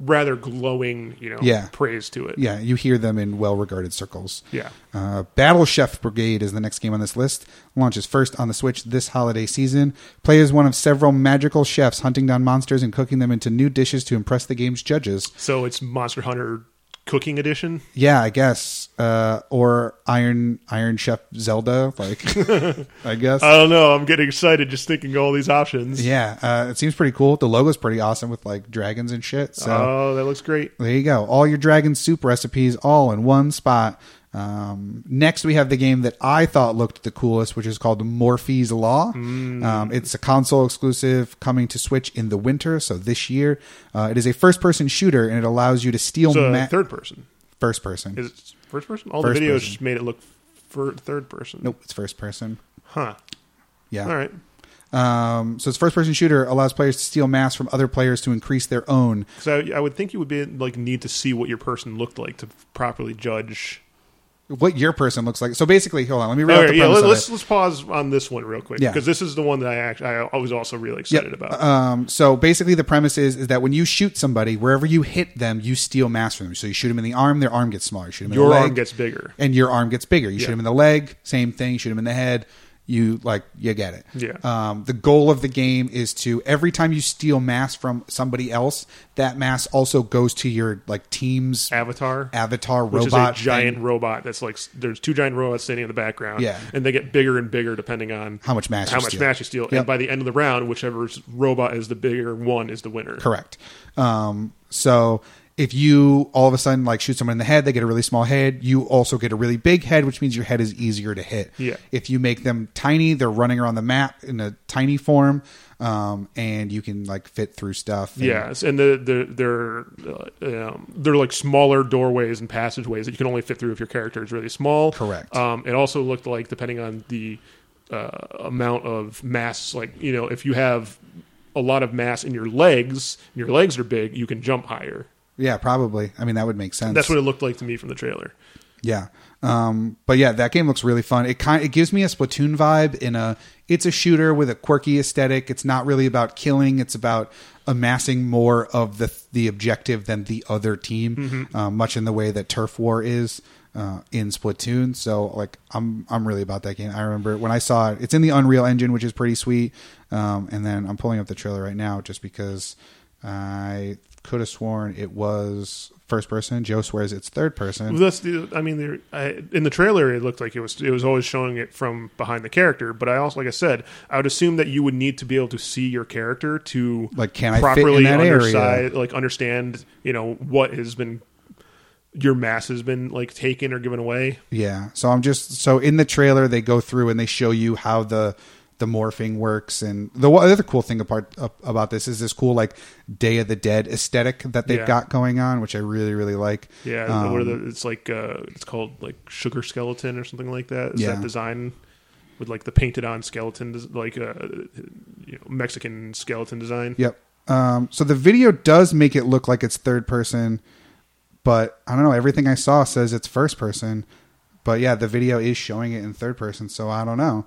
rather glowing, you know, Yeah. praise to it. Yeah, you hear them in well regarded circles. Yeah. Uh, Battle Chef Brigade is the next game on this list. Launches first on the Switch this holiday season. Play as one of several magical chefs hunting down monsters and cooking them into new dishes to impress the game's judges. So it's Monster Hunter Cooking Edition. Yeah, I guess. Uh, or Iron Iron Chef Zelda, like [laughs] I guess. I don't know. I'm getting excited just thinking all these options. yeah, uh, it seems pretty cool. The logo's pretty awesome with like dragons and shit. So Oh, that looks great. There you go. All your dragon soup recipes all in one spot. Um, next, we have the game that I thought looked the coolest, which is called Morphe's Law. Mm. Um, it's a console exclusive coming to Switch in the winter, so this year. Uh, it is a first person shooter, and it allows you to steal So ma- third person. first person. Is it first person? All First the videos person. just made it look for third person. nope, it's first person. Huh. Yeah. All right. Um, so it's first person shooter allows players to steal masks from other players to increase their own. Because I, I would think you would be like need to see what your person looked like to properly judge. What your person looks like. So basically, hold on, let me read All out right, the yeah, premise let, of it. us let's pause on this one real quick Yeah. because this is the one that I actually I was also really excited Yep. about. Um, so basically, the premise is is that when you shoot somebody, wherever you hit them, you steal mass from them. So you shoot them in the arm, their arm gets smaller. You shoot them in Your the leg, arm gets bigger. and your arm gets bigger. You shoot Yeah. him in the leg, same thing. Shoot him in the head. You like you get it. Yeah. Um, the goal of the game is to every time you steal mass from somebody else, that mass also goes to your like team's Avatar, avatar which is a robot. giant thing. robot that's like s- there's two giant robots standing in the background. Yeah. and they get bigger and bigger depending on How much mass how you much steal. mass you steal. Yep. And by the end of the round, whichever s- robot is the bigger one is the winner. Correct. Um, so if you all of a sudden like shoot someone in the head, they get a really small head. You also get a really big head, which means your head is easier to hit. Yeah. If you make them tiny, they're running around the map in a tiny form, um, and you can like fit through stuff. and- Yes, and the, the they're uh, um, they're like smaller doorways and passageways that you can only fit through if your character is really small. Correct. Um, it also looked like depending on the uh, amount of mass. Like you know, if you have a lot of mass in your legs, your legs are big, you can jump higher. Yeah, probably. I mean, that would make sense. That's what it looked like to me from the trailer. Yeah. Um, but yeah, that game looks really fun. It kind it gives me a Splatoon vibe in a it's a shooter with a quirky aesthetic. It's not really about killing, it's about amassing more of the the objective than the other team, uh, much in the way that turf war is uh, in Splatoon. So like I'm I'm really about that game. I remember when I saw it. It's in the Unreal Engine, which is pretty sweet. Um, and then I'm pulling up the trailer right now just because I could have sworn it was first person. Joe swears it's third person. Well, that's the. I mean, there- I, in the trailer, it looked like it was. It was always showing it from behind the character. But I also, like I said, I would assume that you would need to be able to see your character to Like, can I fit in properly that area? undersi- like understand, you know, what has been your mass has been like taken or given away. Yeah. So I'm just so in the trailer they go through and they show you how the the morphing works and the one- other cool thing apart up, about this is this cool like Day of the Dead aesthetic that they've Yeah. got going on, which I really really like. Yeah, Um, what are the, it's like uh, it's called like sugar skeleton or something like that. Is Yeah. that design with like the painted on skeleton, des- like uh, you know, Mexican skeleton design? Yep. Um, so the video does make it look like it's third person, but I don't know. Everything I saw says it's first person, but yeah, the video is showing it in third person. So I don't know.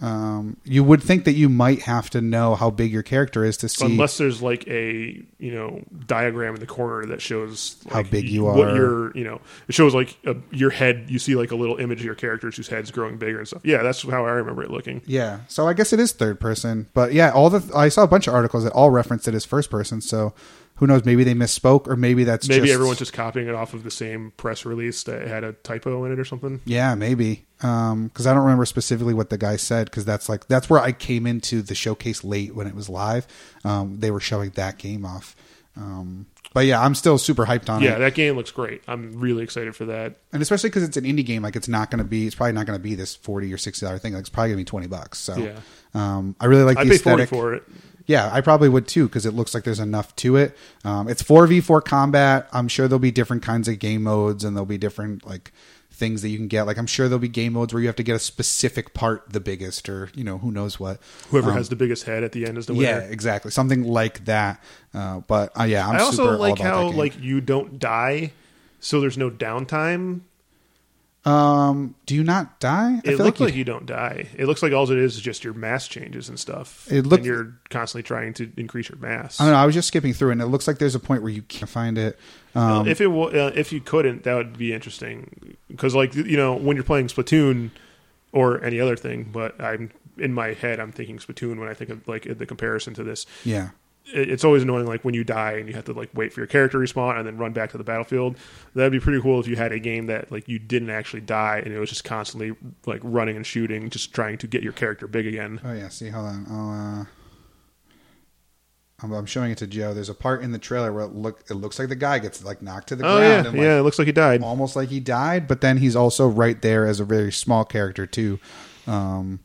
Um, you would think that you might have to know how big your character is to see. Unless there's like a you know diagram in the corner that shows like, How big you what are. your you know it shows like a, your head. You see like a little image of your characters whose head's growing bigger and stuff. Yeah, that's how I remember it looking. Yeah, so I guess it is third person, but yeah, all the I saw a bunch of articles that all referenced it as first person. So who knows? Maybe they misspoke, or maybe that's Maybe just, everyone's just copying it off of the same press release that had a typo in it or something. yeah, maybe because I don't remember specifically what the guy said because that's like that's where I came into the showcase late when it was live. Um, they were showing that game off, um, but yeah, I'm still super hyped on it. Yeah, that game looks great. I'm really excited for that. and especially because it's an indie game, like it's not going to be, it's probably not going to be this forty or sixty dollar thing. Like it's probably going to be twenty bucks. So, Yeah. um, I really like I the pay forty aesthetic. for it. Yeah, I probably would too because it looks like there's enough to it. Um, it's four v four combat. I'm sure there'll be different kinds of game modes and there'll be different like things that you can get. Like I'm sure there'll be game modes where you have to get a specific part the biggest or you know who knows what. Whoever has the biggest head at the end is the um, Yeah, winner. exactly, something like that. Uh, but uh, yeah, I'm I super also all like about that how game. like you don't die, so there's no downtime. um, do you not die? It looked like, you don't die. It looks like all it is is just your mass changes and stuff. It looked- and you're constantly trying to increase your mass. I don't know. I was just skipping through, and it looks like there's a point where you can't find it. Um, if it wa- uh, if you couldn't, that would be interesting because like you know when you're playing Splatoon or any other thing, but I'm in my head I'm thinking Splatoon when I think of like the comparison to this. yeah, It- It's always annoying like when you die and you have to like wait for your character to respawn and then run back to the battlefield. That'd be pretty cool if you had a game that like you didn't actually die and it was just constantly like running and shooting, just trying to get your character big again. Oh yeah, see, hold on. I'll, uh, I'm, I'm showing it to Joe. There's a part in the trailer where it look it looks like the guy gets like knocked to the Oh ground yeah, and like yeah. It looks like he died. almost like he died, but then he's also right there as a very small character too. Um,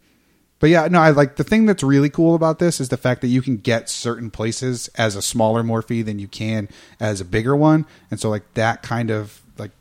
but yeah, no, I like the thing that's really cool about this is the fact that you can get certain places as a smaller Morphe than you can as a bigger one, and so like that kind of like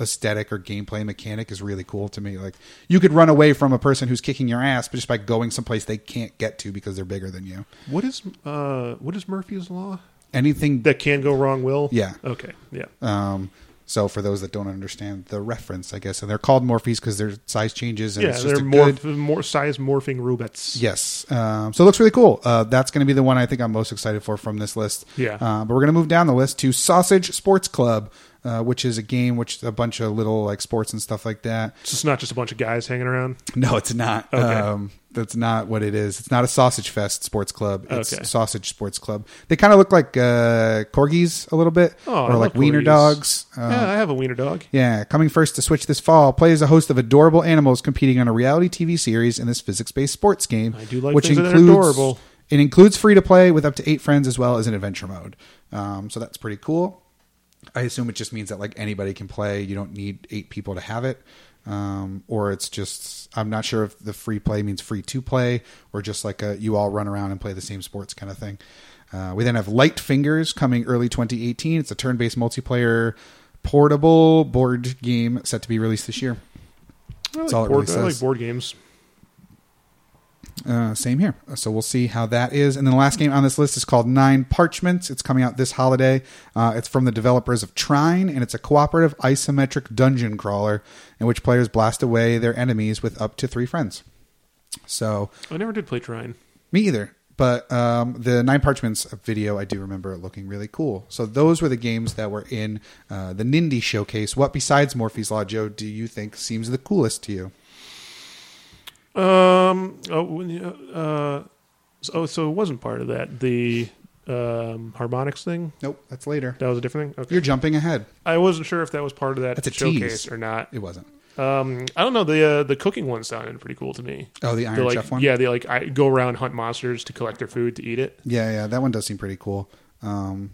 aesthetic or gameplay mechanic is really cool to me. Like you could run away from a person who's kicking your ass, but just by going someplace they can't get to because they're bigger than you. What is uh what is Murphy's law? Anything That can go wrong will? Yeah. Okay. Yeah. Um, so for those that don't understand the reference, I guess, and they're called morphes because their size changes. And yeah, it's just they're a more good- more size morphing robots. Yes. Um, so it looks really cool. Uh, that's going to be the one I think I'm most excited for from this list. Yeah. Uh, but we're going to move down the list to Sausage Sports Club, uh, which is a game which a bunch of little like sports and stuff like that. [laughs] It's just not just a bunch of guys hanging around. No, it's not. Okay. Um, that's not what it is. It's not a Sausage Fest Sports Club. It's Okay. Sausage Sports Club. They kind of look like uh, corgis a little bit, Oh, I or love like wiener corgis. dogs. Um, yeah, I have a wiener dog. yeah, coming first to Switch this fall, play as a host of adorable animals competing on a reality TV series in this physics-based sports game. I do like things that are adorable. It includes free to play with up to eight friends as well as an adventure mode. Um, so that's pretty cool. I assume it just means that like anybody can play. You don't need eight people to have it, um, or it's just I'm not sure if the free play means free to play or just like a, you all run around and play the same sports kind of thing. Uh, we then have Light Fingers coming early 2018. It's a turn-based multiplayer portable board game set to be released this year. I like, all it board, really I like says. board games. Uh, same here. So we'll see how that is. And then the last game on this list is called Nine Parchments. It's coming out this holiday. Uh, it's from the developers of Trine, and it's a cooperative isometric dungeon crawler in which players blast away their enemies with up to three friends. So I never did play Trine. me either. But um, the Nine Parchments video, I do remember it looking really cool. So those were the games that were in uh, the Nindy showcase. What besides Morphe's Law, Joe, do you think seems the coolest to you? Um. Oh. when you- Uh. so- Oh. So it wasn't part of that. The um harmonics thing. Nope, that's later. That was a different thing. Okay. You're jumping ahead. I wasn't sure if that was part of that That's a showcase tease. or not. It wasn't. Um. I don't know. The uh, the cooking one sounded pretty cool to me. Oh, the They Iron like Chef one. yeah. They like I go around hunt monsters to collect their food to eat it. Yeah, yeah, that one does seem pretty cool. Um,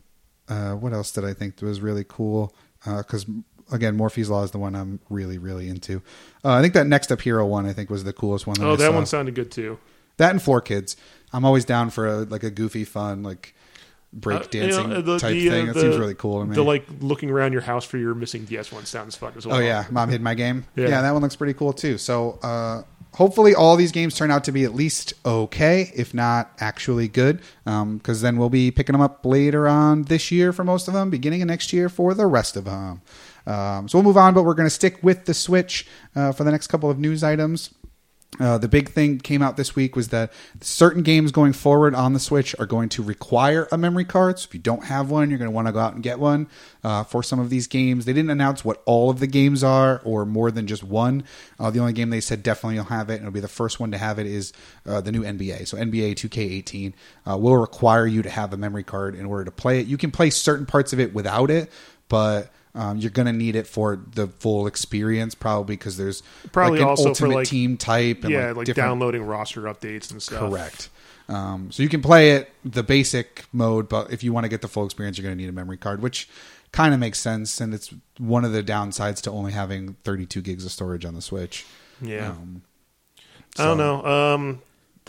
uh, what else did I think was really cool? Because again, Morphe's Law is the one I'm really, really into. Uh, I think that next up hero one I think was the coolest one. That Oh, I that saw. one sounded good too. that and Floor Kids. I'm always down for a, like a goofy, fun like break Uh, you know, dancing uh, the- type the, uh, thing. That the- seems really cool to me. The like looking around your house for your missing DS one sounds fun as well. Oh yeah, mom hid my game. Yeah, Yeah. that one looks pretty cool too. So uh, hopefully all these games turn out to be at least okay, if not actually good, because then we'll be picking them up later on this year for most of them, beginning of next year for the rest of them. Um, so we'll move on, but we're going to stick with the Switch uh, for the next couple of news items. Uh, the big thing came out this week was that certain games going forward on the Switch are going to require a memory card. So if you don't have one, you're going to want to go out and get one uh, for some of these games. They didn't announce what all of the games are or more than just one. Uh, the only game they said definitely you'll have it, and it'll be the first one to have it, is uh, the new NBA. So NBA 2K18 uh, will require you to have a memory card in order to play it. You can play certain parts of it without it, but. Um, you're gonna need it for the full experience, probably because there's Probably like an also for, ultimate like- team type and yeah. like, Like, different downloading roster updates and stuff. Correct. Um, so you can play it the basic mode, but if you want to get the full experience, you're going to need a memory card, which kind of makes sense. And it's one of the downsides to only having 32 gigs of storage on the Switch. Yeah. Um, I don't know. Um,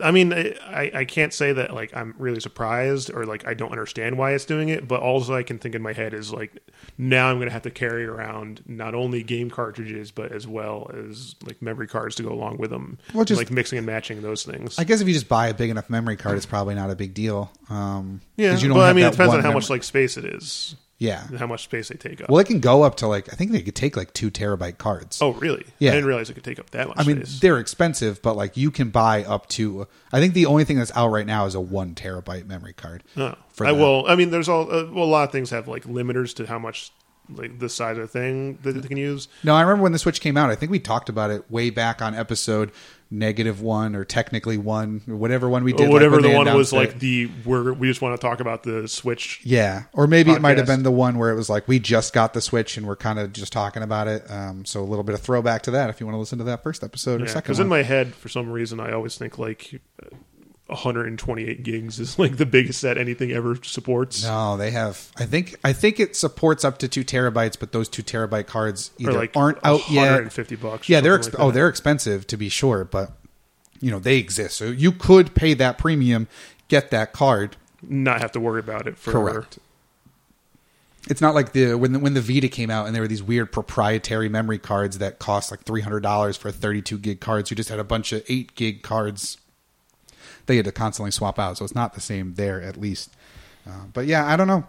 I mean, I- I, I can't say that like I'm really surprised or like I don't understand why it's doing it, but all I can think in my head is like now I'm going to have to carry around not only game cartridges but as well as like memory cards to go along with them, Well, just- like mixing and matching those things. I guess if you just buy a big enough memory card, it's probably not a big deal. Um, yeah, 'cause you but I have mean, that it depends on one how mem- much like space it is, yeah. and how much space they take up. Well, it can go up to like I think they could take like two terabyte cards. Oh, really? Yeah. I didn't realize it could take up that much I mean, space. they're expensive, but like you can buy up to. I think the only thing that's out right now is a one terabyte memory card. No. for Oh. I that. will. I mean, there's all uh, well, a lot of things have like limiters to how much like the size of the thing that they can use. No, I remember when the Switch came out. I think we talked about it way back on episode negative one or technically one, or whatever one we did. or like, whatever when the they one was announced it. like the we're, we just want to talk about the switch Yeah, or maybe it might have podcast. been the one where it was like we just got the Switch and we're kind of just talking about it. Um, so a little bit of throwback to that if you want to listen to that first episode or second because one. in my head for some reason i always think like 128 gigs is like the biggest that anything ever supports no, they have. I think I think it supports up to two terabytes, but those two terabyte cards either or like aren't out yet 150 bucks or Yeah, they're something exp- like oh that. they're expensive to be sure, but you know they exist. So you could pay that premium, get that card. not have to worry about it for Correct. It's not like the when the, when the Vita came out and there were these weird proprietary memory cards that cost like three hundred dollars for thirty two gig cards. You just had a bunch of eight gig cards. They had to constantly swap out, so it's not the same there at least. Uh, but yeah, I don't know.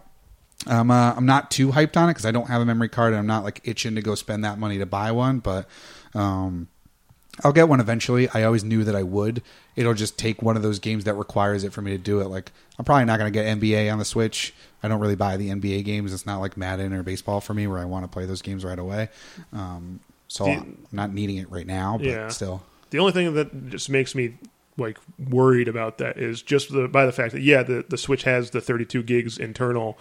I'm uh, I'm not too hyped on it because I don't have a memory card and I'm not like itching to go spend that money to buy one. But um, I'll get one eventually. I always knew that I would. It'll just take one of those games that requires it for me to do it. Like I'm probably not going to get NBA on the Switch. I don't really buy the NBA games. It's not like Madden or baseball for me where I want to play those games right away. Um, so Do you- I'm not needing it right now, but Yeah. still. The only thing that just makes me like worried about that is just the by the fact that yeah, the the Switch has the 32 gigs internal,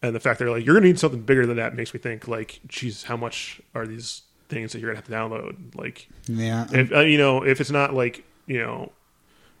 and the fact they're like you're gonna need something bigger than that makes me think like, geez, how much are these things that you're gonna have to download? Like, Yeah. if uh, you know, if it's not like you know,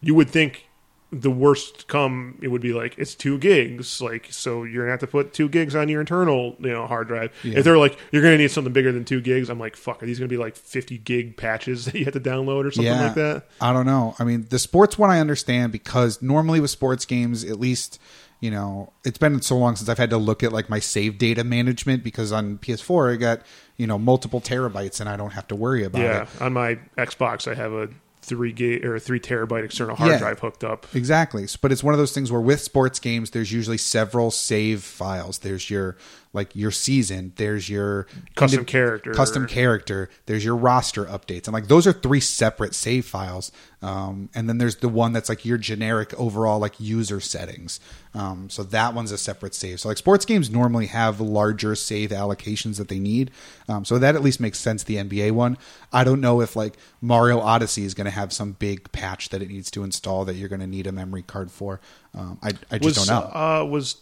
you would think the worst come it would be like it's two gigs like so you're gonna have to put two gigs on your internal you know hard drive Yeah. if they're like you're gonna need something bigger than two gigs i'm like fuck are these gonna be like 50 gig patches [laughs] that you have to download or something like that I don't know. I mean, the sports one I understand because normally with sports games, at least, you know, it's been so long since I've had to look at like my save data management because on PS4 I got, you know, multiple terabytes and I don't have to worry about yeah it. on my xbox i have a three gig or three terabyte external hard Yeah. drive hooked up. Exactly. S- But it's one of those things where with sports games, there's usually several save files. There's your like your season. There's your Custom indiv- character. Custom character. There's your roster updates. And like those are three separate save files. Um, and then there's the one that's like your generic overall like user settings. Um, so that one's a separate save. So like sports games normally have larger save allocations that they need. Um, so that at least makes sense. The NBA one. I don't know if like Mario Odyssey is going to have some big patch that it needs to install that you're going to need a memory card for. Um, I I just was don't know. Uh, was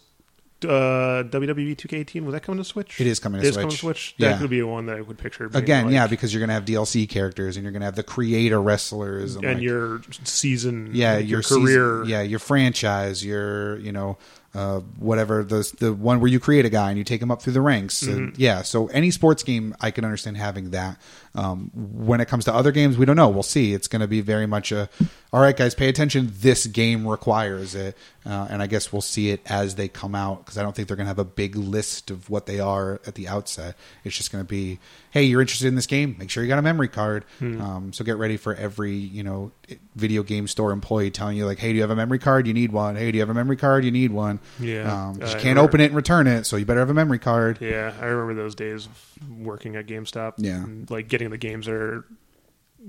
uh, WWE 2K18 was that coming to Switch? It is coming to It is coming to Switch. Switch. That Yeah. could be one that I would picture being Again, like- yeah, because you're going to have DLC characters and you're going to have the creator wrestlers and, and like, your season, yeah your, your, career, season- yeah your franchise your you know uh, whatever the the one where you create a guy and you take him up through the ranks Mm-hmm. and yeah so any sports game I can understand having that um, when it comes to other games we don't know we'll see it's going to be very much a all right guys pay attention this game requires it uh, and I guess we'll see it as they come out because I don't think they're going to have a big list of what they are at the outset it's just going to be hey you're interested in this game make sure you got a memory card Hmm. um, so get ready for every you know video game store employee telling you like hey do you have a memory card you need one hey do you have a memory card you need one Yeah. um, 'cause I you can't remember. open it and return it so you better have a memory card Yeah, I remember those days of working at GameStop. Yeah. and, like getting the games that are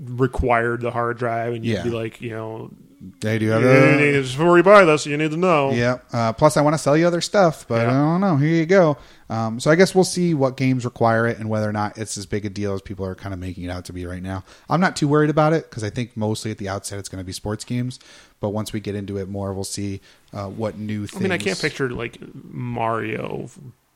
required the hard drive, and you'd Yeah. be like, you know, hey do you have you need- a before you buy this, you need to know. yeah uh, plus i want to sell you other stuff but Yeah. i don't know here you go um, so i guess we'll see what games require it and whether or not it's as big a deal as people are kind of making it out to be right now i'm not too worried about it because i think mostly at the outset it's going to be sports games but once we get into it more we'll see uh, what new I things Oh. mean, I can't picture like Mario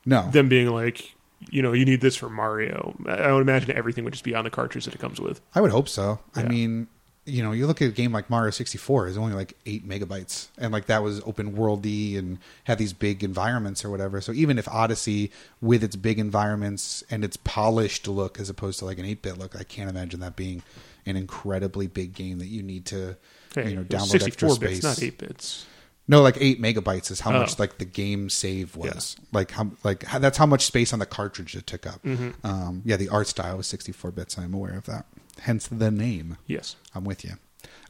no them being like, you know, you need this for Mario. I- I would imagine everything would just be on the cartridge that it comes with. I would hope so. I Yeah. mean, you know, you look at a game like Mario 64 is only like 8 megabytes and like that was open worldy and had these big environments or whatever. So even if Odyssey with its big environments and its polished look as opposed to like an 8-bit look, I can't imagine that being an incredibly big game that you need to Hey, you know, it was download extra bits, space. not eight bits. No, like eight megabytes is how Oh. much like the game save was. Like how like how, that's how much space on the cartridge it took up. Mm-hmm. Um, yeah, the art style was sixty four bits. I'm aware of that. Hence the name. Yes. I'm with you.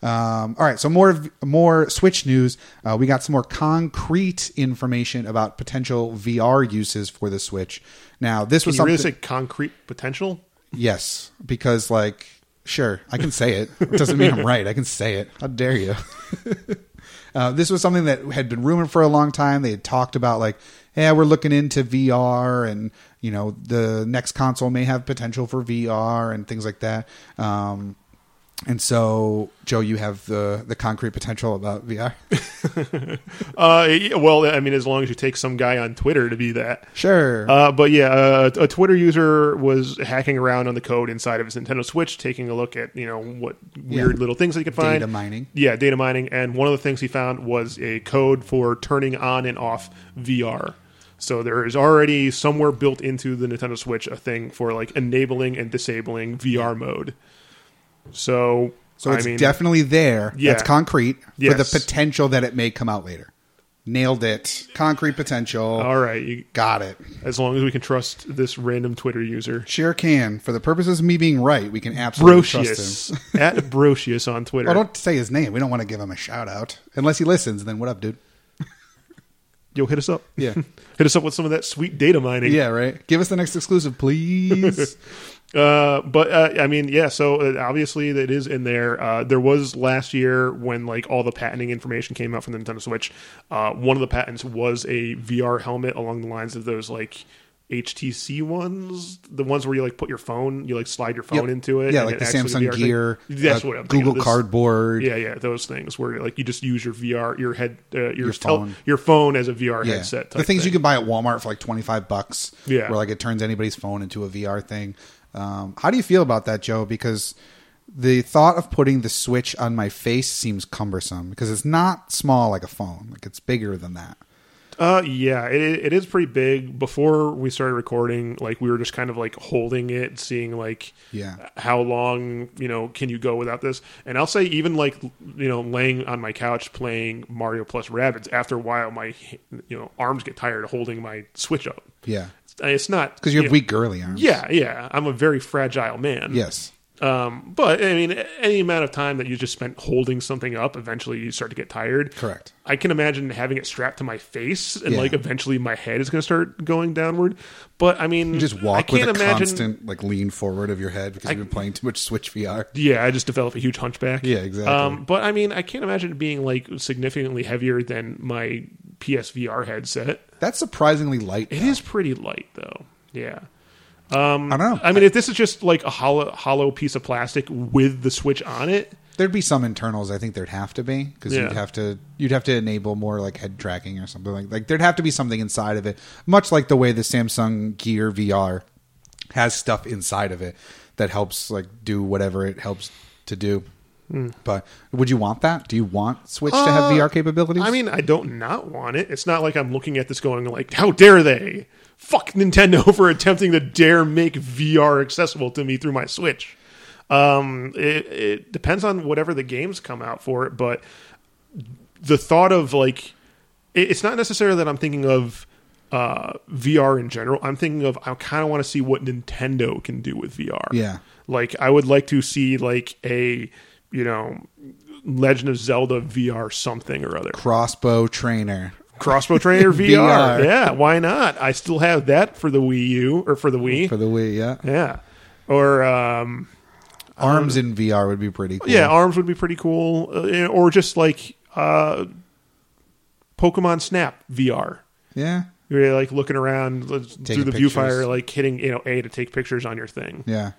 Um, all right, so more more Switch news. Uh, we got some more concrete information about potential VR uses for the Switch. Now, this Can was you something. really say concrete potential? yes, because like, sure, I can say it. It doesn't mean I'm right. I can say it. How dare you? [laughs] Uh, this was something that had been rumored for a long time. They had talked about like, yeah, we're looking into VR, and you know, the next console may have potential for VR and things like that. Um, and so, Joe, you have the the concrete potential about VR. Uh, yeah, well, I mean, as long as you take some guy on Twitter to be that. sure. Uh, but yeah, uh, a Twitter user was hacking around on the code inside of his Nintendo Switch, taking a look at you know what weird little things that he could find. Data mining. Yeah, data mining, and one of the things he found was a code for turning on and off VR. So there is already somewhere built into the Nintendo Switch a thing for like enabling and disabling VR mode. So, so it's I mean, definitely there. Yeah. That's concrete for Yes. the potential that it may come out later. Nailed it. Concrete potential. all right. You, Got it. as long as we can trust this random Twitter user, Sure can. For the purposes of me being right, we can absolutely trust him. Brocious [laughs] at Brocious on Twitter. Well, don't say his name. We don't want to give him a shout out unless he listens. Then what up, dude? Yo, hit us up. Yeah, [laughs] Hit us up with some of that sweet data mining. yeah, right. Give us the next exclusive, please. Uh, but uh, I mean, yeah. So uh, obviously, that is in there. Uh, there was last year when like all the patenting information came out from the Nintendo Switch. Uh, one of the patents was a VR helmet along the lines of those like HTC ones, the ones where you like put your phone, you like slide your [laughs] phone Yep. into it. yeah, and like it the actually Samsung VR thing. Gear, That's uh, what I'm thinking Google of. This- Cardboard. Yeah, yeah, those things where like you just use your VR, your head, uh, your, phone. phone, your phone as a VR Yeah. headset. Type The things thing. you can buy at Walmart for like twenty five bucks. Yeah. where like it turns anybody's phone into a VR thing. Um, how do you feel about that, Joe? Because the thought of putting the switch on my face seems cumbersome because it's not small like a phone. Like it's bigger than that. Uh, yeah, it, it is pretty big. Before we started recording, like we were just kind of like holding it, seeing like Yeah. how long you know can you go without this. And I'll say even like you know laying on my couch playing Mario plus Rabbids, after a while my you know arms get tired of holding my Switch up. Yeah, It's not because you have know, weak girly arms. Yeah, yeah. I'm a very fragile man. Yes. Um, but I mean, any amount of time that you just spent holding something up, eventually you start to get tired. Correct. I can imagine having it strapped to my face, and Yeah. like eventually my head is going to start going downward. But I mean, You just I walk with can't a imagine, constant like lean forward of your head because you've been playing too much Switch VR. Yeah, I just develop a huge hunchback. Yeah, exactly. Um, but I mean, I can't imagine it being like significantly heavier than my PSVR headset. That's surprisingly light. It though. is pretty light though. Yeah. I don't know. I mean, if this is just like a hollow, hollow piece of plastic with the switch on it, There'd be some internals. I think there'd have to be because Yeah. you'd have to you'd have to enable more like head tracking or something like like there'd have to be something inside of it, much like the way the Samsung Gear VR has stuff inside of it that helps like do whatever it helps to do. But would you want that? Do you want Switch to have Hmm. Uh, VR capabilities? I mean, I don't not want it. It's not like I'm looking at this going like, how dare they? Fuck Nintendo [laughs] for attempting to dare make VR accessible to me through my Switch. Um, it, it depends on whatever the games come out for it, but the thought of like, it, it's not necessarily that I'm thinking of uh, VR in general. I'm thinking of I kind of want to see what Nintendo can do with VR. Yeah. Like I would like to see like a you know Legend of Zelda VR something or other. crossbow trainer. [laughs] Crossbow Trainer VR. VR. Yeah, why not? I still have that for the Wii U or for the Wii. For the Wii, yeah. yeah. Or um Arms in VR would be pretty cool. yeah, arms would be pretty cool uh, or just like uh Pokemon Snap VR. Yeah. You're like looking around through the pictures. viewfinder like hitting, you know, A to take pictures on your thing. Yeah.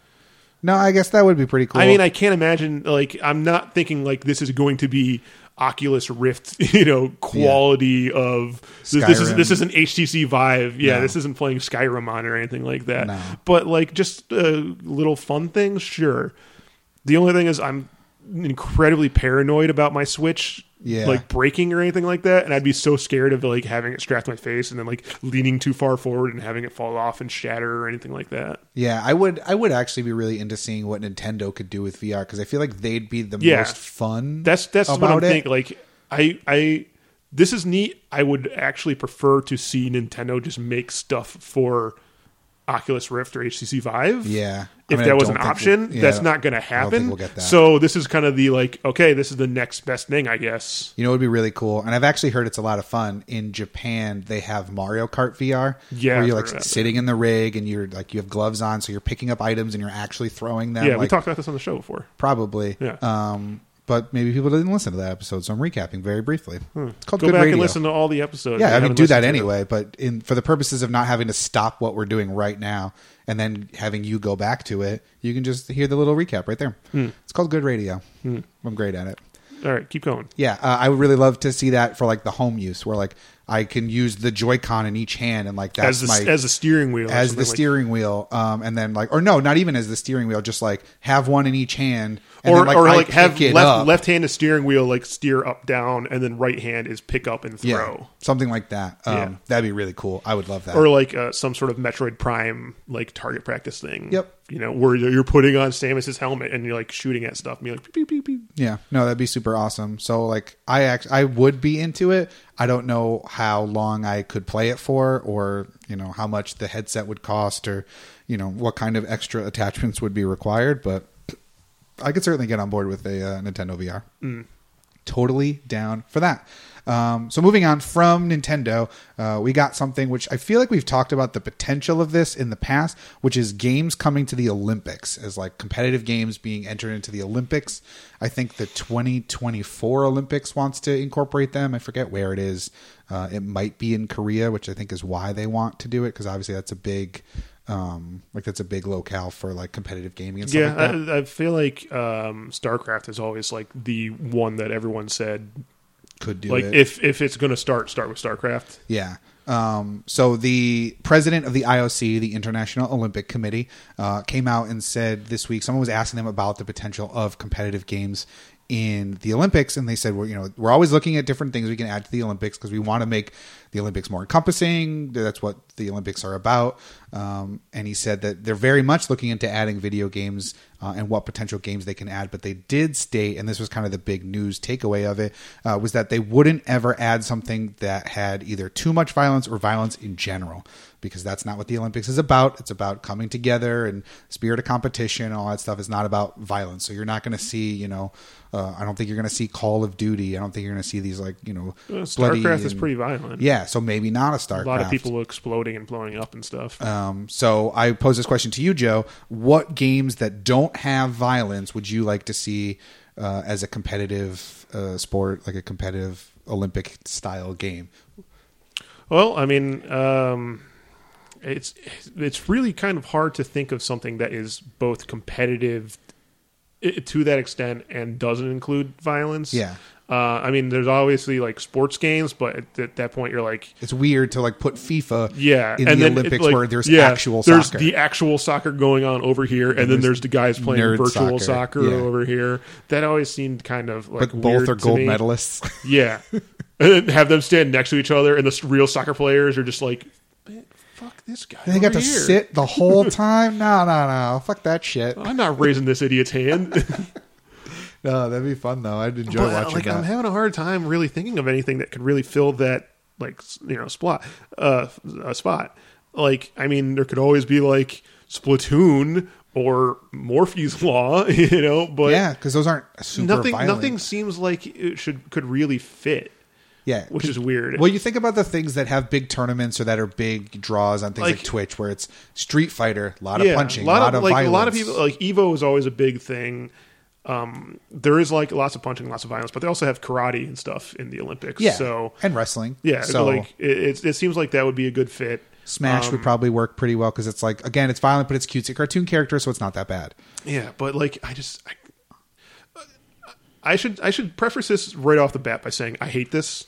No, I guess that would be pretty cool. I mean, I can't imagine. Like, I'm not thinking like this is going to be Oculus Rift, [laughs] you know, quality of this, this is Skyrim. this is an HTC Vive. Yeah, No. this isn't playing Skyrim on or anything like that. No. But like, just uh, little fun things, sure. The only thing is, I'm incredibly paranoid about my Switch. Yeah. Like breaking or anything like that, and I'd be so scared of like having it strapped to my face and then like leaning too far forward and having it fall off and shatter or anything like that. Yeah, I would. I would actually be really into seeing what Nintendo could do with VR because I feel like they'd be the Yeah. most fun. That's that's what I'm about it. thinking. Like I I this is neat. I would actually prefer to see Nintendo just make stuff for Oculus Rift or HTC Vive. Yeah, I If mean, I that was an don't think option, we'll- yeah. that's not going to think happen. we'll get that. So this is kind of the like, okay, this is the next best thing, I guess. You know, it would be really cool. And I've actually heard it's a lot of fun. In Japan, they have Mario Kart VR. Yeah, Where I've you're heard like about sitting in the rig and you're like, you have gloves on. So you're picking up items and you're actually throwing them. yeah, we like, talked about this on the show before. Probably. Yeah. Um, but maybe people didn't listen to that episode. So I'm recapping very briefly. It's called Hmm. Good Go back Radio. and listen to all the episodes. Yeah, I mean, haven't do that listened to anyway. But in for the purposes of not having to stop what we're doing right now and then having you go back to it, you can just hear the little recap right there. Hmm. It's called Good Radio. I'm great at it. it. All right, keep going. Yeah, uh, I would really love to see that for like the home use, where like I can use the Joy-Con in each hand and like that's As the my as the steering wheel, or as the something like- steering wheel, um, and then like or no, not even as the steering wheel, just like have one in each hand, and or then, or I like have pick it left up. left hand is steering wheel like steer up down, and then right hand is pick up and yeah, throw. something like that. Um, Yeah. That'd be really cool. I would love that. or like uh, some sort of Metroid Prime like target practice thing. Yep. You know, where you're you're putting on Samus's helmet and you're like shooting at stuff and you're like, pew, pew, pew, pew. Yeah, no, that'd be super awesome. So like, I act, I would be into it. I don't know how long I could play it for, or you know how much the headset would cost, or you know what kind of extra attachments would be required. But I could certainly get on board with a uh, Nintendo VR. Mm. Totally down for that. Um, so moving on from Nintendo, uh, we got something which I feel like we've talked about the potential of this in the past, which is games coming to the Olympics as like competitive games being entered into the Olympics. I think the 2024 Olympics wants to incorporate them. I forget where it is. Uh, it might be in Korea, which I think is why they want to do it because obviously that's a big, um, like that's a big locale for like competitive gaming and stuff Yeah, like that. I, I feel like um, StarCraft is always like the one that everyone said Could do like it. if if it's gonna start, start with StarCraft. Yeah. Um, so the president of the IOC, the International Olympic Committee, uh, came out and said this week someone was asking them about the potential of competitive games in the Olympics, and they said, "Well, you know, we're always looking at different things we can add to the Olympics because we want to make the Olympics more encompassing. That's what the Olympics are about. Um, and he said that they're very much looking into adding video games uh, and what potential games they can add. But they did state, and this was kind of the big news takeaway of it, uh, was that they wouldn't ever add something that had either too much violence or violence in general, because that's not what the Olympics is about. It's about coming together and spirit of competition and all that stuff. It's not about violence. So you're not going to see, you know, uh, I don't think you're going to see Call of Duty. I don't think you're going to see these like, you know, Well, bloody Uh, Starcraft is and- pretty violent. Yeah, so maybe not a Starcraft. a lot of people exploding and blowing up and stuff. Um, so I pose this question to you, Joe. What games that don't have violence would you like to see uh, as a competitive uh, sport, like a competitive Olympic style game? Well, I mean, um, it's it's really kind of hard to think of something that is both competitive i- to that extent and doesn't include violence. Yeah. Uh, I mean, there's obviously like sports games, but at, at that point, you're like, It's weird to like put FIFA yeah, in and the then it, Olympics like, where there's yeah, actual there's soccer. the actual soccer going on over here, and, then there's there's the guys playing nerd virtual soccer. soccer, Yeah. over here. That always seemed kind of like but both weird are to gold me. medalists. [laughs] [laughs] Yeah. and then have them stand next to each other, and the s- real soccer players are just like, "Man, fuck this guy. they got over to here. sit the [laughs] whole time. No, no, no. Fuck that shit. I'm not raising this [laughs] idiot's hand. No, that'd be fun though. I'd enjoy But, uh, watching like, that. I'm having a hard time really thinking of anything that could really fill that, like, s- you know, spot. Uh, f- uh, spot. Like, I mean, there could always be, like, Splatoon or Morphe's [laughs] Law, you know, but yeah, because those aren't super nothing, violent. nothing seems like it should, could really fit, yeah, which is weird. Well, you think about the things that have big tournaments or that are big draws on things like, Like- Twitch, where it's Street Fighter, a lot of punching, a lot, of, like violence. a lot of people uh, like Evo is always a big thing. Um, there is like lots of punching, lots of violence, but they also have karate and stuff in the Olympics. yeah, So and wrestling. yeah, so like um, it, it, it seems like that would be a good fit. Smash would probably work pretty well because it's like again, it's violent, but it's cute. It's a cartoon character, so it's not that bad. Yeah, but like I just I, I should I should preface this right off the bat by saying I hate this.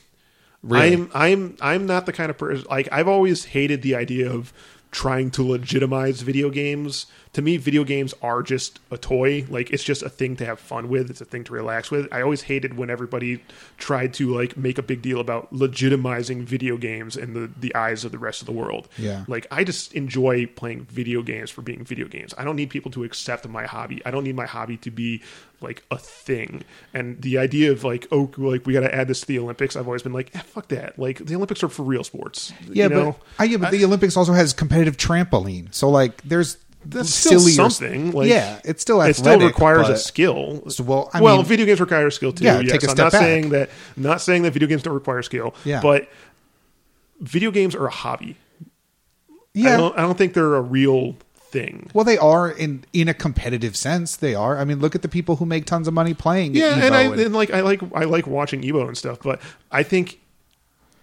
Really? I'm I'm I'm not the kind of person like I've always hated the idea of trying to legitimize video games. To me, video games are just a toy. Like it's just a thing to have fun with. It's a thing to relax with. I always hated when everybody tried to like make a big deal about legitimizing video games in the the eyes of the rest of the world. Yeah. Like I just enjoy playing video games for being video games. I don't need people to accept my hobby. I don't need my hobby to be like a thing. And the idea of like, oh, like we got to add this to the Olympics. I've always been like, eh, fuck that. Like the Olympics are for real sports. Yeah, you but know? I, yeah, but the Olympics also has competitive trampoline. So like, there's That's still sillier, something, like, yeah, it's still it still athletic, requires a but- skill. So, well, I well, mean- video games require skill too. Yeah, yes. take a I'm step not back. saying that. Not saying that video games don't require skill. Yeah. but video games are a hobby. I yeah. don't, I don't think they're a real thing. Well, they are in in a competitive sense. They are. I mean, look at the people who make tons of money playing. yeah Evo and i and- and like i like i like watching evo and stuff but i think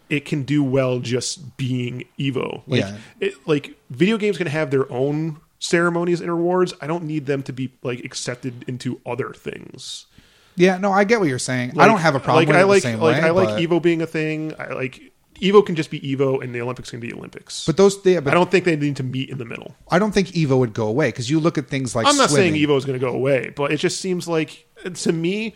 it can do well just being evo like Yeah. it, like video games can have their own ceremonies and rewards i don't need them to be like accepted into other things Yeah, no, I get what you're saying. I Like- don't have a problem like with i it like the same like way. i like but, evo being a thing i like evo can just be evo and the olympics can be olympics but those, yeah, but i don't think they need to meet in the middle think Evo would go away because you look at things like I'm not swimming. saying Evo is going to go away, but it just seems like to me,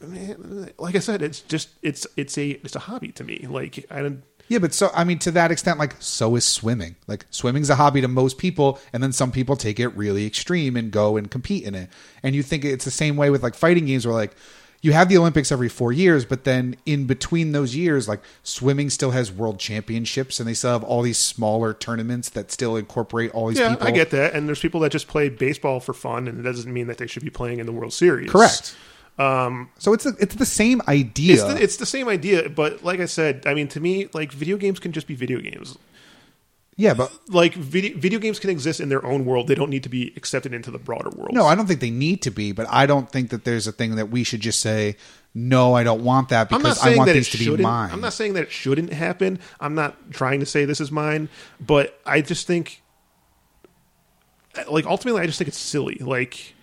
like I said, it's just it's it's a it's a hobby to me. Like I don't. Yeah, but so I mean, to that extent, like so is swimming. Like swimming's a hobby to most people, and then some people take it really extreme and go and compete in it. And you think it's the same way with like fighting games, where like you have the Olympics every four years, but then in between those years, like swimming still has world championships, and they still have all these smaller tournaments that still incorporate all these Yeah, people. I get that. And there's people that just play baseball for fun, and it doesn't mean that they should be playing in the World Series. correct. Um, so it's the, it's the same idea. It's the, it's the same idea, but like I said, I mean, to me, like video games can just be video games. yeah, but Like video, video games can exist in their own world; they don't need to be accepted into the broader world. No, I don't think they need to be, but I don't think that there's a thing that we should just say, no, I don't want that I'm not because saying I want that these to it shouldn't. be mine. I'm not saying that it shouldn't happen. I'm not trying to say this is mine, but I just think, like, ultimately, I just think it's silly. Like,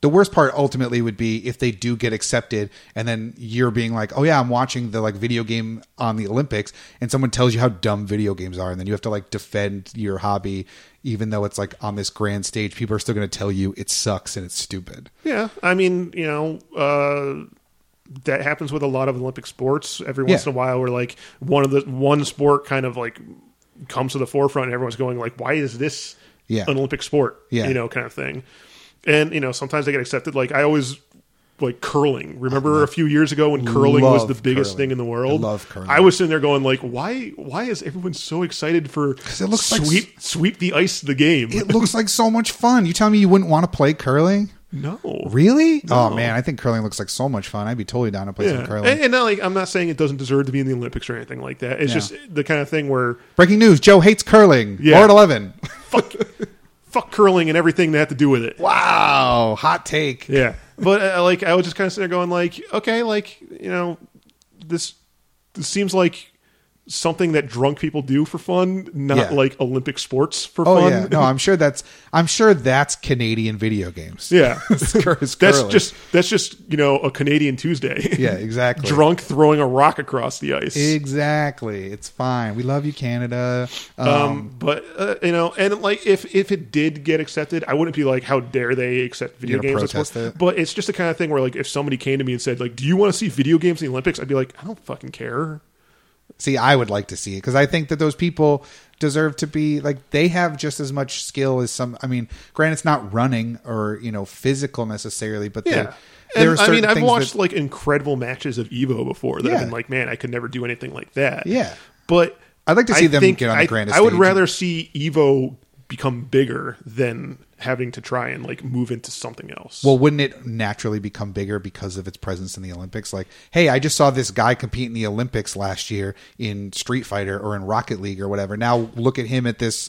the worst part ultimately would be if they do get accepted and then you're being like, oh yeah, I'm watching the like video game on the Olympics and someone tells you how dumb video games are and then you have to like defend your hobby even though it's like on this grand stage, people are still going to tell you it sucks and it's stupid. yeah, I mean, you know, uh, that happens with a lot of Olympic sports. Every once Yeah. in a while, where like one of the one sport kind of like comes to the forefront, and everyone's going like, "Why is this Yeah. an Olympic sport?" Yeah. you know, kind of thing. And you know, sometimes they get accepted. Like I always like curling. Remember a few years ago when curling was love the biggest Uh-huh. curling. thing in the world? I love curling. I was sitting there going like, "Why? Why is everyone so excited for it looks like sweep sweep the ice the game?" It looks like so much fun. You tell me you wouldn't want to play curling? no, Really? Oh man, I think curling looks like so much fun. I'd be totally down to play some Yeah. curling. And, and not like I'm not saying it doesn't deserve to be in the Olympics or anything like that. It's Yeah. just the kind of thing where Breaking news: Joe hates curling. Yeah. Lord [laughs] Eleven. fuck, fuck curling and everything that had to do with it. Wow, hot take. Yeah, but uh, like I was just kind of sitting there going like, okay, like you know, this, this seems like something that drunk people do for fun, not Yeah. like Olympic sports for Oh fun. yeah, no, I'm sure that's I'm sure that's Canadian video games. [laughs] Yeah. [laughs] It's cur- it's [laughs] that's curling. just that's just you know a Canadian Tuesday. [laughs] yeah, exactly. E drunk throwing a rock across the ice. Exactly. It's fine. We love you, Canada. Um, um, but uh, you know, and like if if it did get accepted, I wouldn't be like, how dare they accept video You're gonna games? as protest sport? it? But it's just the kind of thing where like if somebody came to me and said like, do you want to see video games in the Olympics? I'd be like, I don't fucking care. see, I would like to see it because I think that those people deserve to be like they have just as much skill as some. I mean, granted, it's not running or you know physical necessarily, but Yeah. there, there are And, I certain mean, I've things watched that, like incredible matches of Evo before that Yeah. I've been like, man, I could never do anything like that. Yeah. But I'd like to see I them think get on the I- grandest I would stage. rather see Evo become bigger than having to try and like move into something else. Well, wouldn't it naturally become bigger because of its presence in the Olympics? Like, hey, I just saw this guy compete in the Olympics last year in Street Fighter or in Rocket League or whatever. Now look at him at this.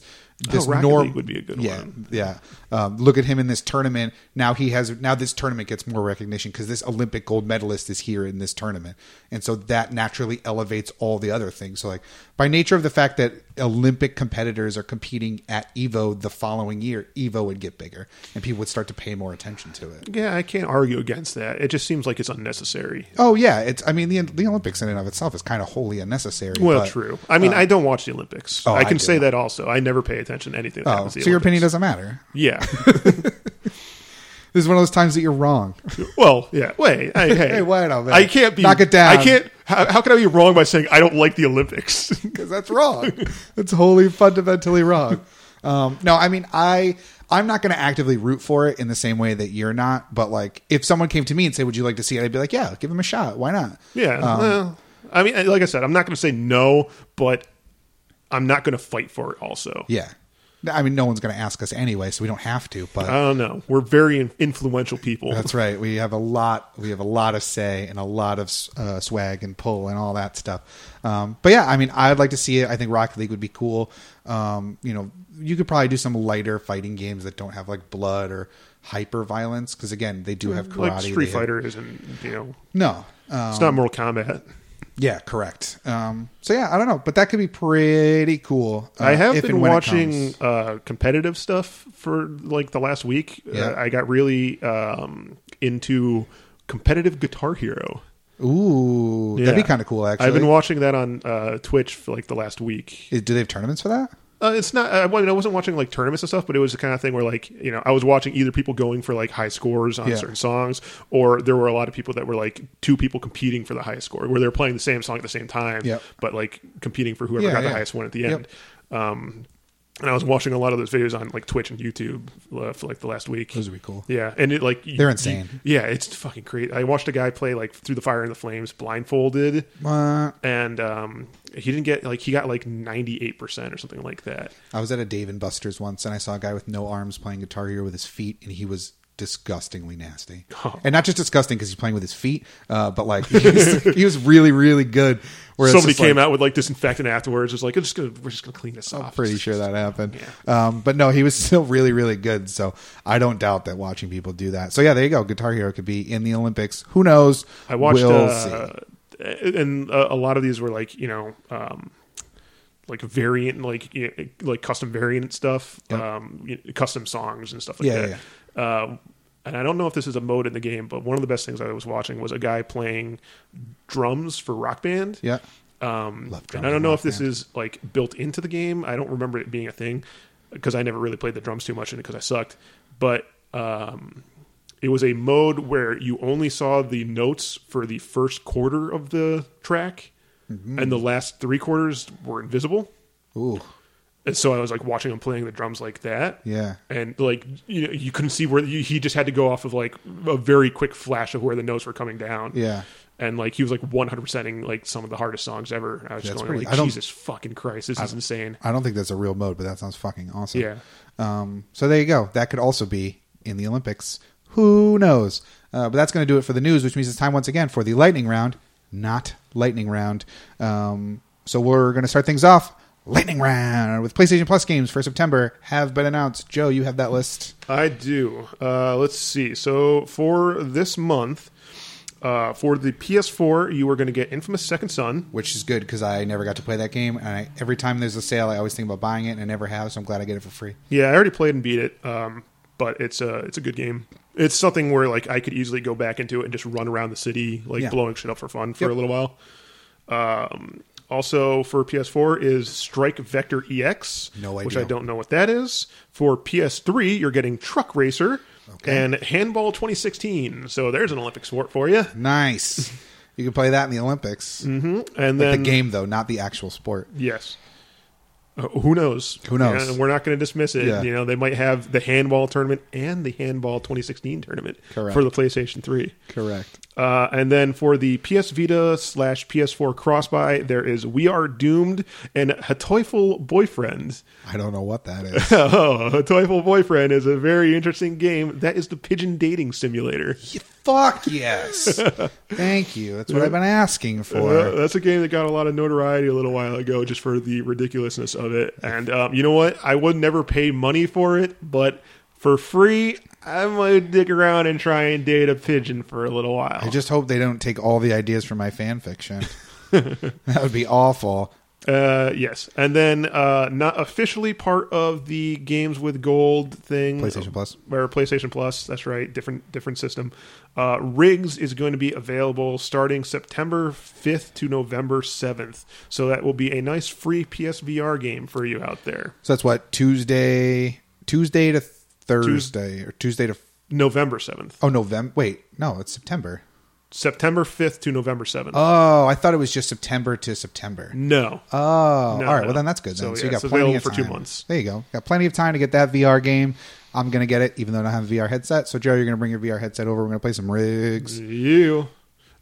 This Rocket norm League would be a good yeah, one. Yeah, um, look at him in this tournament. Now he has. Now this tournament gets more recognition because this Olympic gold medalist is here in this tournament, and so that naturally elevates all the other things. So, like by nature of the fact that Olympic competitors are competing at Evo the following year, Evo would get bigger, and people would start to pay more attention to it. yeah, I can't argue against that. It just seems like it's unnecessary. Oh yeah, it's. I mean, the the Olympics in and of itself is kind of wholly unnecessary. but- Well, um, oh, true. I mean, I don't watch the Olympics. I I can do. say that also. I never pay attention to anything that Oh, happens. so to the your opinion Olympics. doesn't matter. Yeah. [laughs] This is one of those times that you're wrong. well, yeah. Wait. I, hey. [laughs] Hey, wait a minute. I can't be. Knock it down. I can't. How, how can I be wrong by saying I don't like the Olympics? [laughs] because that's wrong. [laughs] that's wholly fundamentally wrong. Um, no, I mean I I'm not going to actively root for it in the same way that you're not. But like, if someone came to me and said, "Would you like to see it?" I'd be like, "Yeah, give him a shot. Why not?" yeah. Um, well, I mean, like I said, I'm not going to say no, but I'm not going to fight for it. Also, Yeah. I mean, no one's going to ask us anyway, so we don't have to. But I don't know. We're very in- influential people. That's right. We have a lot. We have a lot of say and a lot of uh, swag and pull and all that stuff. Um, but yeah, I mean, I'd like to see it. I think Rocket League would be cool. Um, you know, you could probably do some lighter fighting games that don't have like blood or hyper violence because again, they do have karate. Mm, like Street they have- Fighter isn't. You know, No. Um, it's not Mortal Kombat. yeah, correct. Um, so yeah, I don't know, but that could be pretty cool. uh, I have if been and when it watching comes. uh, competitive stuff for like the last week. Yeah. Uh, I got really um, into competitive Guitar Hero. Ooh, that'd Yeah. be kind of cool. Actually, I've been watching that on uh, Twitch for like the last week. Is- do they have tournaments for that? Uh, it's not. I, well, I mean, I wasn't watching like tournaments and stuff, but it was the kind of thing where like you know I was watching either people going for like high scores on Yeah. certain songs, or there were a lot of people that were like two people competing for the highest score, where they were playing the same song at the same time, Yep. but like competing for whoever Yeah, got yeah. the highest one at the Yep. end. Um, and I was watching a lot of those videos on like Twitch and YouTube uh, for like the last week. Those would be cool. Yeah, and it like you- They're insane. you- yeah, it's fucking crazy. I watched a guy play like through the fire and the flames blindfolded What? and um, he didn't get like he got like 98% or something like that I was at a Dave and Buster's once, and I saw a guy with no arms playing Guitar Hero with his feet, and he was disgustingly nasty, Oh. and not just disgusting because he's playing with his feet, uh, but [laughs] like he was, he was really, really good. Where it's somebody just like- came out with like disinfectant afterwards was like I'm just gonna we're just gonna clean this I'm off pretty It's- sure that happened. Um, but no, he was [laughs] still really, really good. So I don't doubt that watching people do that. So yeah, there you go. Guitar Hero could be in the Olympics. Who knows? i watched We'll uh, and uh, a lot of these were like you know um, like variant like y- like custom variant stuff um, y- custom songs and stuff like Yeah, that Uh, and i don't know if this is a mode in the game but one of the best things i was watching was a guy playing drums for rock band Yeah. Um, Love drums and I don't and know rock if this is like built into the game. I don't remember it being a thing because I never really played the drums too much in it because I sucked. But um, It was a mode where you only saw the notes for the first quarter of the track, and the last three quarters were invisible. Ooh, And so I was like watching him playing the drums like that. yeah. And like you know, you couldn't see where you, he just had to go off of like a very quick flash of where the notes were coming down. Yeah. And like he was like 100%ing like some of the hardest songs ever. And I was just That's going pretty- like I don't- Jesus fucking Christ, this is insane. I don't think that's a real mode, but that sounds fucking awesome. Yeah. Um, so there you go. That could also be in the Olympics. Who knows? Uh, but that's going to do it for the news, which means it's time once again for the lightning round, not lightning round. Um, so we're going to start things off lightning round with PlayStation Plus games for September have been announced. Joe, you have that list. I do. Uh, let's see. So for this month, uh, for the PS4, you are going to get Infamous Second Son. which is good because I never got to play that game. And I, every time there's a sale, I always think about buying it, and I never have. So I'm glad I get it for free. Yeah, I already played and beat it, um, but it's a it's a good game. It's something where like I could easily go back into it and just run around the city like Yeah. blowing shit up for fun for a little while. Um, also for PS4 is Strike Vector EX, No which I idea. don't know what that is. For PS3, you're getting Truck Racer and Handball 2016. So there's an Olympic sport for you. [laughs] Nice. you can play that in the Olympics. The And then game though, not the actual sport. Yes. Uh, who knows? Who knows? And we're not going to dismiss it. Yeah. You know, they might have the handball tournament and the handball 2016 tournament Correct. for the PlayStation 3. Correct. Uh, and then for the PS Vita slash PS4 crossbuy, there is We Are Doomed and Hatoyful Boyfriend. [laughs] I don't know what that is. Oh, Hatoyful Boyfriend is a very interesting game. That is the pigeon dating simulator. Fuck yes. Thank you. That's what I've been asking Uh, for. that's a game that got a lot of notoriety a little while ago just for the ridiculousness of it. And um, you know what? I would never pay money for it, but for free, I might dig around and try and date a pigeon for a little while. I just hope they don't take all the ideas from my fan fiction. that would be awful. uh, yes. And then uh, not officially part of the games with gold thing. PlayStation Plus. Or PlayStation Plus, that's right, different different system. Uh, Rigs is going to be available starting September 5th to November 7th. So that will be a nice free PSVR game for you out there. So that's what Tuesday, Tuesday to Thursday, or Tuesday to November 7th. oh November. Wait, no, it's September. September 5th to November 7th. Oh, I thought it was just September to September. no. Oh, No, all right. no. Well, then that's good. Then. So, So, yeah, you got so plenty available of for time. two months. There you go. Got plenty of time to get that VR game. I'm gonna get it, even though I don't have a VR headset. So Joe, you're gonna bring your VR headset over. We're gonna play some rigs. you.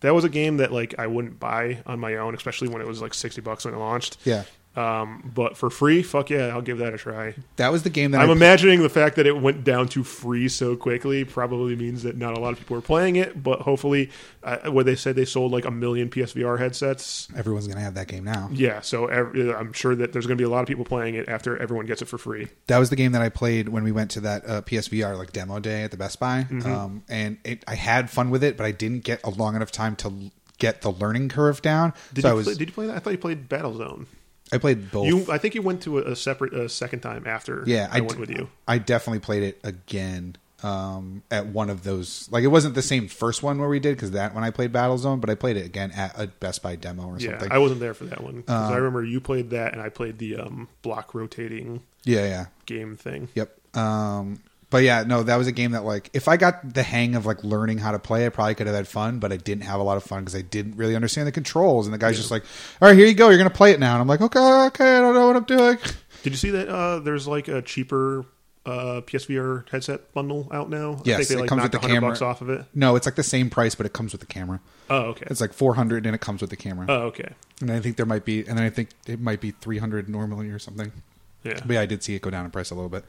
That was a game that like I wouldn't buy on my own, especially when it was like 60 bucks when it launched. Yeah, Um, but for free, fuck yeah, I'll give that a try. that was the game that I'm I, imagining the fact that it went down to free so quickly probably means that not a lot of people are playing it, but hopefully, uh, where they said they sold like a million PSVR headsets. everyone's gonna have that game now. Yeah, so every, I'm sure that there's going to be a lot of people playing it after everyone gets it for free. That was the game that I played when we went to that uh, PSVR like demo day at the Best Buy, Mm-hmm. um, and it, I had fun with it, but I didn't get a long enough time to l- get the learning curve down. Did, so you, I was play, did you play that? I thought you played Battlezone. I played both. You, I think you went to a, a separate a second time after. Yeah, d- I, went with you. I definitely played it again um, at one of those. Like it wasn't the same first one where we did because that when I played Battlezone, but I played it again at a Best Buy demo or Yeah, something. Um, I wasn't there for that one 'cause I remember you played that, and I played the um, block rotating yeah, yeah, game thing. yep. Um, but yeah, no, that was a game that like if I got the hang of like learning how to play, I probably could have had fun, but I didn't have a lot of fun because I didn't really understand the controls. And the guy's just like, "All right, here you go. You're gonna play it now." And I'm like, "Okay, okay, I don't know what I'm doing." [laughs] Did you see that? Uh, there's like a cheaper uh, PSVR headset bundle out now. I Yes, think they it like comes with knocked the 100 camera. bucks off of it. No, it's like the same price, but it comes with the camera. Oh, okay. It's like 400 and it comes with the camera. oh, okay. And I think there might be, and I think it might be 300 normally or something. Yeah. But yeah, I did see it go down in price a little bit.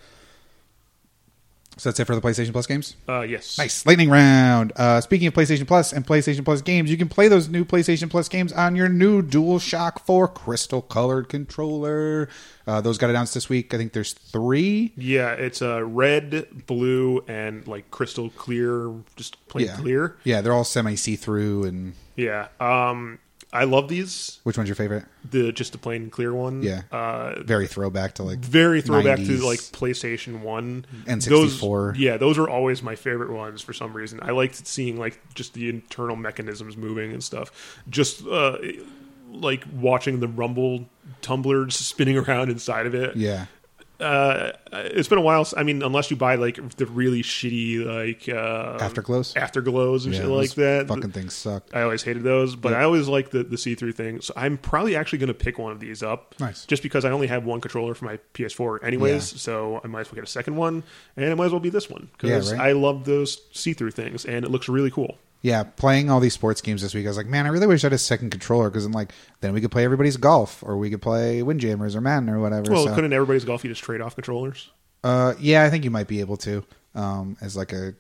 So that's it for the PlayStation Plus games. Uh, yes. Nice. Lightning round. Uh, speaking of PlayStation Plus and PlayStation Plus games, you can play those new PlayStation Plus games on your new DualShock 4 crystal colored controller. Uh, those got announced this week. I think there's three. Yeah, it's uh, red, blue, and like crystal clear, just plain Yeah. clear. Yeah, they're all semi see through. And Yeah. Um, I love these. which one's your favorite? The just the plain clear one. Yeah. Uh, Very throwback to like. very throwback to 90s. like PlayStation One And Those- 64. yeah, those are always my favorite ones for some reason. I liked seeing like just the internal mechanisms moving and stuff. Just uh, like watching the rumble tumblers spinning [laughs] around inside of it. Yeah. uh, it's been a while. s- I mean, unless you buy like the really shitty like uh, Afterglows? afterglows and Yeah, shit those like that. Fucking things suck. I always hated those, but I always like the, the see through thing. So I'm probably actually going to pick one of these up. Nice. Just because I only have one controller for my PS4 anyways, so I might as well get a second one, and it might as well be this one because Yeah, right. I love those see through things, and it looks really cool. Yeah, playing all these sports games this week, I was like, man, I really wish I had a second controller because I'm like, then we could play everybody's golf or we could play Windjammers or Madden or whatever. Well, so, couldn't everybody's golf you just trade off controllers? uh, yeah, I think you might be able to um, as like a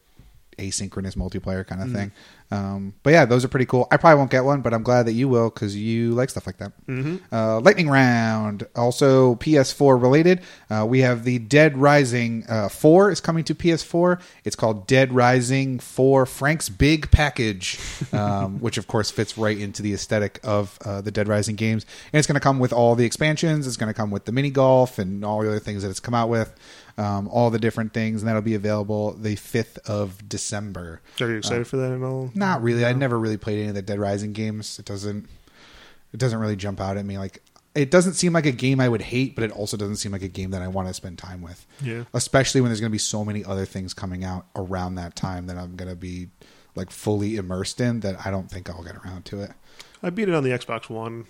asynchronous multiplayer kind of thing. Um, but yeah, those are pretty cool. I probably won't get one, but I'm glad that you will because you like stuff like that. Uh, lightning round, also PS4 related. Uh, we have the Dead Rising uh, 4 is coming to PS4. It's called Dead Rising 4 Frank's Big Package, um, which of course fits right into the aesthetic of uh, the Dead Rising games. And it's going to come with all the expansions. It's going to come with the mini golf and all the other things that it's come out with. Um, all the different things, and that'll be available the fifth of December. Are you Uh, excited for that at all? Not really. I never really played any of the Dead Rising games. It doesn't. It doesn't really jump out at me. Like it doesn't seem like a game I would hate, but it also doesn't seem like a game that I want to spend time with. Yeah. Especially when there's going to be so many other things coming out around that time that I'm going to be like fully immersed in that I don't think I'll get around to it. I beat it on the Xbox One.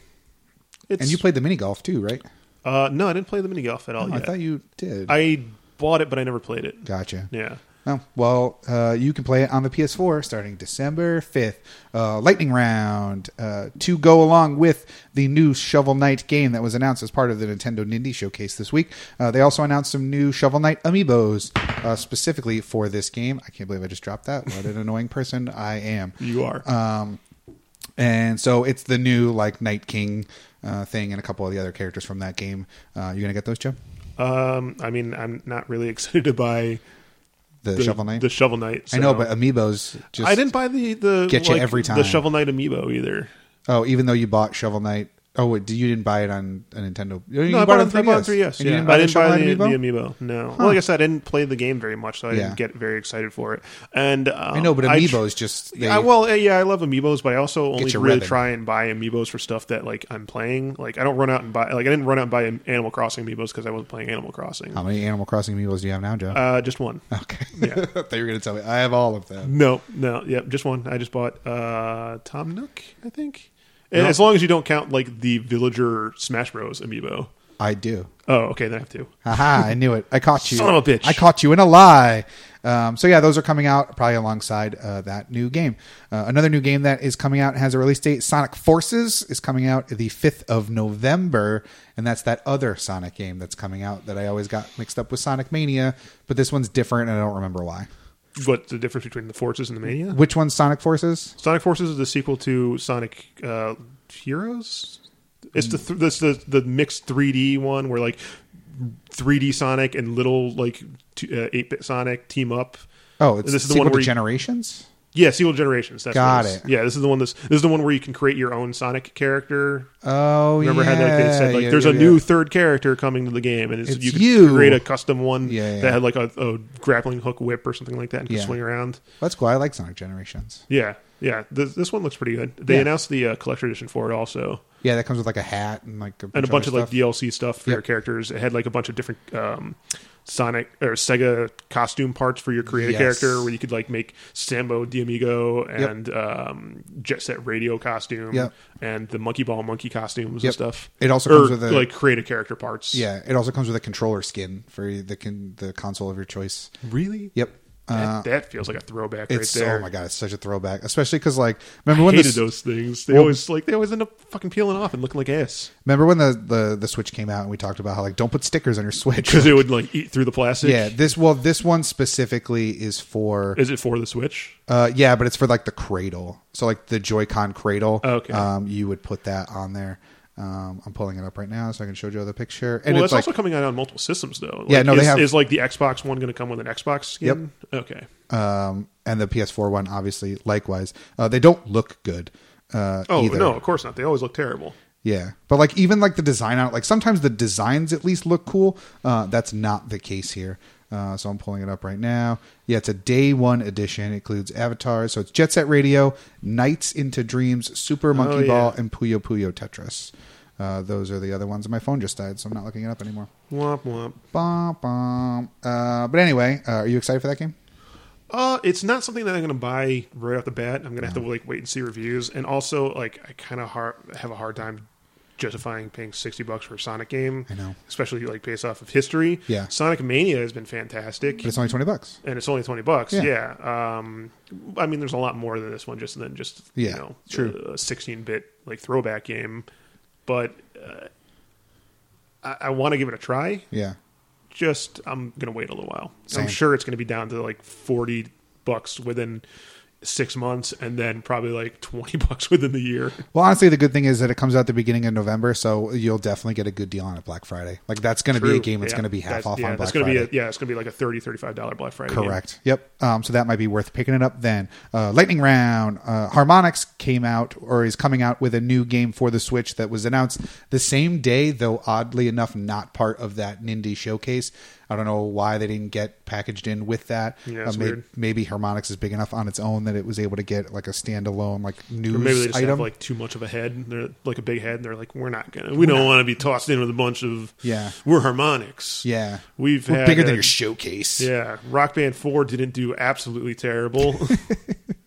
It's, And you played the mini golf too, right? Uh, no, I didn't play the mini golf at all. I yet. thought you did. Oh, I bought it, but I never played it. gotcha. Yeah. Oh, well, uh, you can play it on the PS4 starting December 5th. Uh, lightning Round uh, to go along with the new Shovel Knight game that was announced as part of the Nintendo Nindy Showcase this week. Uh, they also announced some new Shovel Knight amiibos uh, specifically for this game. I can't believe I just dropped that. What an [laughs] annoying person I am. You are. Uh, And so it's the new like Night King uh, thing and a couple of the other characters from that game. Uh, you going to get those, Joe? um, I mean, I'm not really [laughs] excited to buy The, Shovel Knight? The Shovel Knight. I know, so- but amiibos just. I didn't buy the the Get you every time. the Shovel Knight amiibo either. Oh, even though you bought Shovel Knight. Oh, wait, you didn't buy it on a Nintendo. No, you No, I bought bought, it on, I bought on 3DS. And yeah. you didn't buy, I the didn't Shovel buy the, Knight the amiibo? amiibo. No, well, like I said, I didn't play the game very much, so I Yeah. didn't get very excited for it. And um, I know, but tr- amiibos just they, I, well, eh, yeah, I love amiibos, but I also only your really revenue. try and buy amiibos for stuff that like I'm playing. Like I don't run out and buy. Like I didn't run out and buy Animal Crossing amiibos because I wasn't playing Animal Crossing. How many Animal Crossing amiibos do you have now, Joe? Uh, just one. okay. yeah. [laughs] I thought you were going to tell me. I have all of them. No, no, yeah, just one. I just bought uh, Tom Nook, I think. And As long as you don't count like the villager Smash Bros amiibo. I do. Oh, okay, then I have to. Haha, I knew it. I caught you. Son of a bitch. I caught you in a lie. Um, so yeah, those are coming out probably alongside uh, that new game. Uh, another new game that is coming out has a release date. Sonic Forces is coming out the fifth of November, and that's that other Sonic game that's coming out that I always got mixed up with Sonic Mania, but this one's different, and I don't remember why. What's the difference between the Forces and the Mania? Which one's Sonic Forces? Sonic Forces is the sequel to Sonic uh, Heroes. It's the th- this the the mixed 3D one where like 3D Sonic and little like t- uh, 8-bit Sonic team up. Oh, it's This is the sequel to one where you- Generations. Yeah, sequel generations. That's what Got is. it. Yeah, this is the one. This this is the one where you can create your own Sonic character. Oh, Remember yeah. how like they said like yeah, there's yeah, a yeah. new third character coming to the game, and it's, It's you could you. create a custom one Yeah, yeah. that had like a, a grappling hook whip or something like that and could Yeah. swing around. That's cool. I like Sonic Generations. Yeah, yeah. This, this one looks pretty good. They Yeah. announced the uh, collector edition for it also, Yeah, that comes with like a hat and like a bunch and a bunch of other like stuff. DLC stuff for Yep. your characters. It had like a bunch of different um, Sonic or Sega costume parts for your creative Yes. character, where you could like make Sambo D'Amigo and um, Jet Set Radio costume, Yep. and the Monkey Ball Monkey costumes Yep. and stuff. It also or comes with a like creative character parts. Yeah, it also comes with a controller skin for the con- the console of your choice. really. Yep. That, Uh, that feels like a throwback right it's there. oh my god, it's such a throwback, especially because like remember when hated the those things. They Well- always like they always end up fucking peeling off and looking like ass remember when the, the the Switch came out and we talked about how like don't put stickers on your Switch. because it would like eat through the [laughs] plastic. yeah, this well this one specifically is for Is it for the Switch? uh yeah, but it's for like the cradle. So like the Joy-Con cradle. Oh, Okay. Um, you would put that on there. Um, I'm pulling it up right now so I can show Joe the picture. And well, it's that's like also coming out on multiple systems though. Like, Yeah, no, is, they have- Is like the Xbox one going to come with an Xbox skin? Okay. um and the PS4 one obviously likewise. Uh, they don't look good. Uh, Oh either. no, of course not. They always look terrible. Yeah, but like even like the design on it, like sometimes the designs at least look cool. Uh, that's not the case here. Uh, so I'm pulling it up right now. Yeah, it's a day one edition. It includes avatars, so it's Jet Set Radio, Nights into Dreams, Super Monkey yeah. Ball, and Puyo Puyo Tetris. Uh, those are the other ones. My phone just died, so I'm not looking it up anymore. Womp womp. Bum, bum. Uh, but anyway, uh, are you excited for that game? Uh, it's not something that I'm going to buy right off the bat. I'm going to have to like wait and see reviews, and also like I kind of har have a hard time justifying paying sixty bucks for a Sonic game. I know. especially like based off of history. Yeah. Sonic Mania has been fantastic, But it's only twenty bucks. and it's only twenty bucks. Yeah. Yeah. Um, I mean, there's a lot more than this one, just than just Yeah, you know, true. a sixteen bit like throwback game, but uh, I, I want to give it a try Yeah, just I'm gonna wait a little while. Same. I'm sure it's gonna be down to like forty bucks within six months, and then probably like [laughs] twenty bucks within the year. Well, honestly, the good thing is that it comes out the beginning of November, so you'll definitely get a good deal on it Black Friday. Like that's going to be a True. game that's Yeah. going to be half That's- off on yeah, Black that's gonna Friday. Be a, yeah, it's gonna be like a 30 35 dollar Black Friday. game. Correct. Yep. Um, so that might be worth picking it up then. Uh, Lightning Round. Uh, Harmonix came out or is coming out with a new game for the Switch that was announced the same day, though oddly enough, not part of that Nindy showcase. I don't know why they didn't get packaged in with that. Uh, Yeah, that's may- weird. Maybe Harmonix is big enough on its own that it was able to get like a standalone like news Or maybe they just item. have like too much of a head. and They're like a big head, and they're like, we're not gonna, we don't want to be tossed in with a bunch of Yeah. we're harmonics. yeah, we've We're had bigger than a- your showcase. Yeah, Rock Band Four didn't do [laughs] absolutely terrible.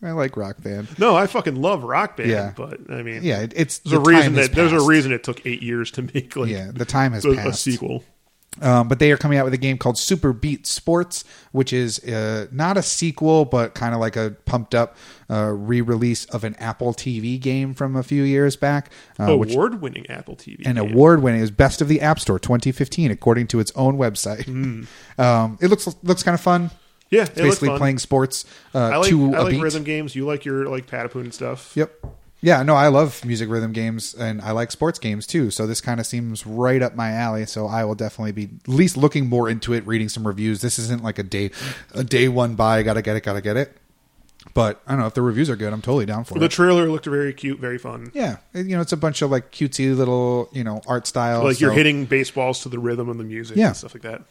I like Rock Band. no, I fucking love Rock Band, Yeah. but I mean, Yeah, it, it's there's a the reason time has that there's a passed. reason it took eight years to make like Yeah, the time has a, a passed. sequel. Um, but they are coming out with a game called Super Beat Sports, which is uh, not a sequel, but kind of like a pumped up uh, re release of an Apple TV game from a few years back. Oh, Uh, which Award winning Apple TV. an game. award winning is Best of the App Store 2015, according to its own website. [laughs] Um, it looks looks kind of fun. Hmm. Yeah, It's it looks basically fun. playing sports uh, I like, to I a like beat. rhythm games. You like your like Patapoon and stuff. Yep. Yeah, no, I love music rhythm games and I like sports games too. So this kind of seems right up my alley. So I will definitely be at least looking more into it, reading some reviews. This isn't like a day a day one buy, gotta get it, gotta get it. But I don't know, if the reviews are good, I'm totally down for The it. trailer looked very cute, very fun. Yeah. It- You know, it's a bunch of like cutesy little, you know, art styles. Like you're so hitting baseballs to the rhythm and the music Yeah. and stuff like that.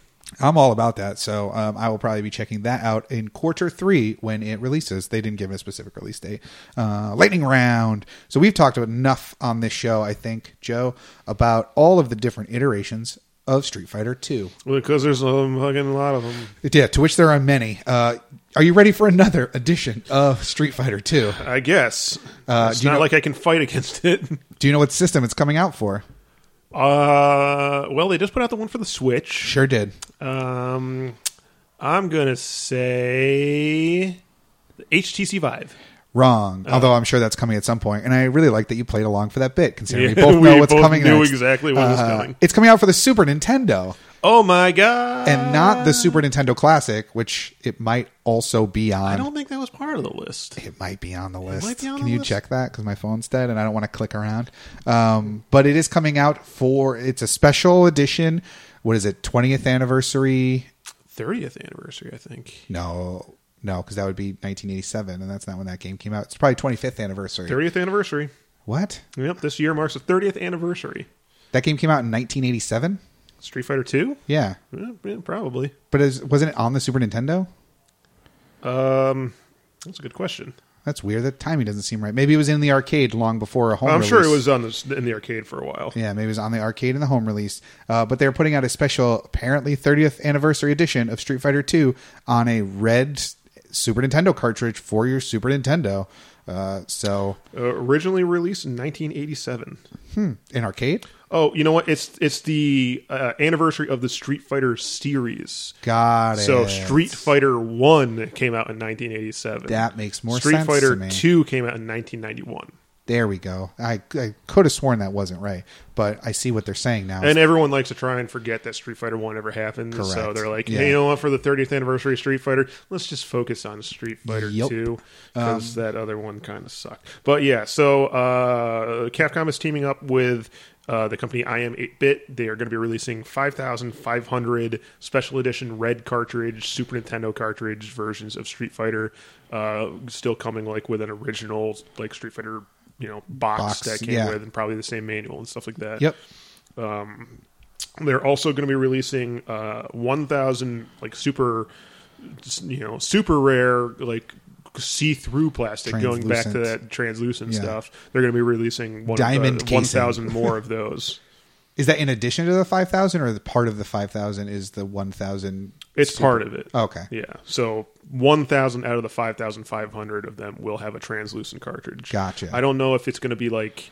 I'm all about that. So um, I will probably be checking that out in quarter three when it releases. They didn't give a specific release date. Uh, lightning round. So we've talked enough on this show, I think, Joe, about all of the different iterations of Street Fighter Two. Because there's a fucking lot of them. Yeah, to which there are many. Uh, are you ready for another edition of Street Fighter Two? I guess Uh, it's do you not know- like I can fight against [laughs] it. Do you know what system it's coming out for? Uh, well, they just put out the one for the Switch. Sure did. Um, I'm gonna say HTC Vive. Wrong. Oh. Although I'm sure that's coming at some point, and I really like that you played along for that bit, considering we Yeah, both know [laughs] we what's both coming knew next. Uh, exactly what was coming. It's coming out for the Super Nintendo. Oh my god! and not Uh. the Super Nintendo Classic, which it might also be on. I don't think that was part of the list. it might be on the list. might be on Can the you list. check that? Because my phone's dead, and I don't want to click around. Um, but it is coming out for it's a special edition. What is it? Twentieth anniversary? Thirtieth anniversary, I think. No, no, because that would be 1987, and that's not when that game came out. It's probably 25th anniversary. Thirtieth anniversary. What? Yep, this year marks the thirtieth anniversary. That game came out in 1987. Street Fighter Two, Yeah, probably. but is, wasn't it on the Super Nintendo? Um, that's a good question. That's weird. That timing doesn't seem right. Maybe it was in the arcade long before a home. I'm sure it release. was on the, in the arcade for a while. Yeah, maybe it was on the arcade and the home release. Uh, but they're putting out a special, apparently 30th anniversary edition of Street Fighter II on a red Super Nintendo cartridge for your Super Nintendo. Uh, so, Uh, originally released in 1987. hmm, in arcade? Oh, you know what? It's it's the uh, anniversary of the Street Fighter series. Got it. So Street Fighter One came out in 1987. That makes more Street sense Fighter to me. Two came out in 1991. There we go. I, I could have sworn that wasn't right, but I see what they're saying now. And everyone likes to try and forget that Street Fighter One ever happened. So Correct. they're like, Yeah. hey, you know what? For the 30th anniversary of Street Fighter, let's just focus on Street Fighter Yup. Um, Two because that other one kind of sucked. But yeah, so uh, Capcom is teaming up with. Uh, the company I am 8-bit, they are going to be releasing 5,500 special edition red cartridge, Super Nintendo cartridge versions of Street Fighter, uh, still coming like with an original like Street Fighter, you know, box, Box, that came yeah. with and probably the same manual and stuff like that. yep. They're also going to be releasing uh, 1,000 like super, you know, super rare like see through plastic, going back to Translucent. that translucent Yeah. stuff. They're going to be releasing one Diamond one casing. thousand more [laughs] of those. Is that in addition to the five thousand, or the part of the five thousand is the one thousand? It's part of it. Okay, Yeah. So 1,000 out of the 5,500 of them will have a translucent cartridge. Gotcha. I don't know if it's going to be like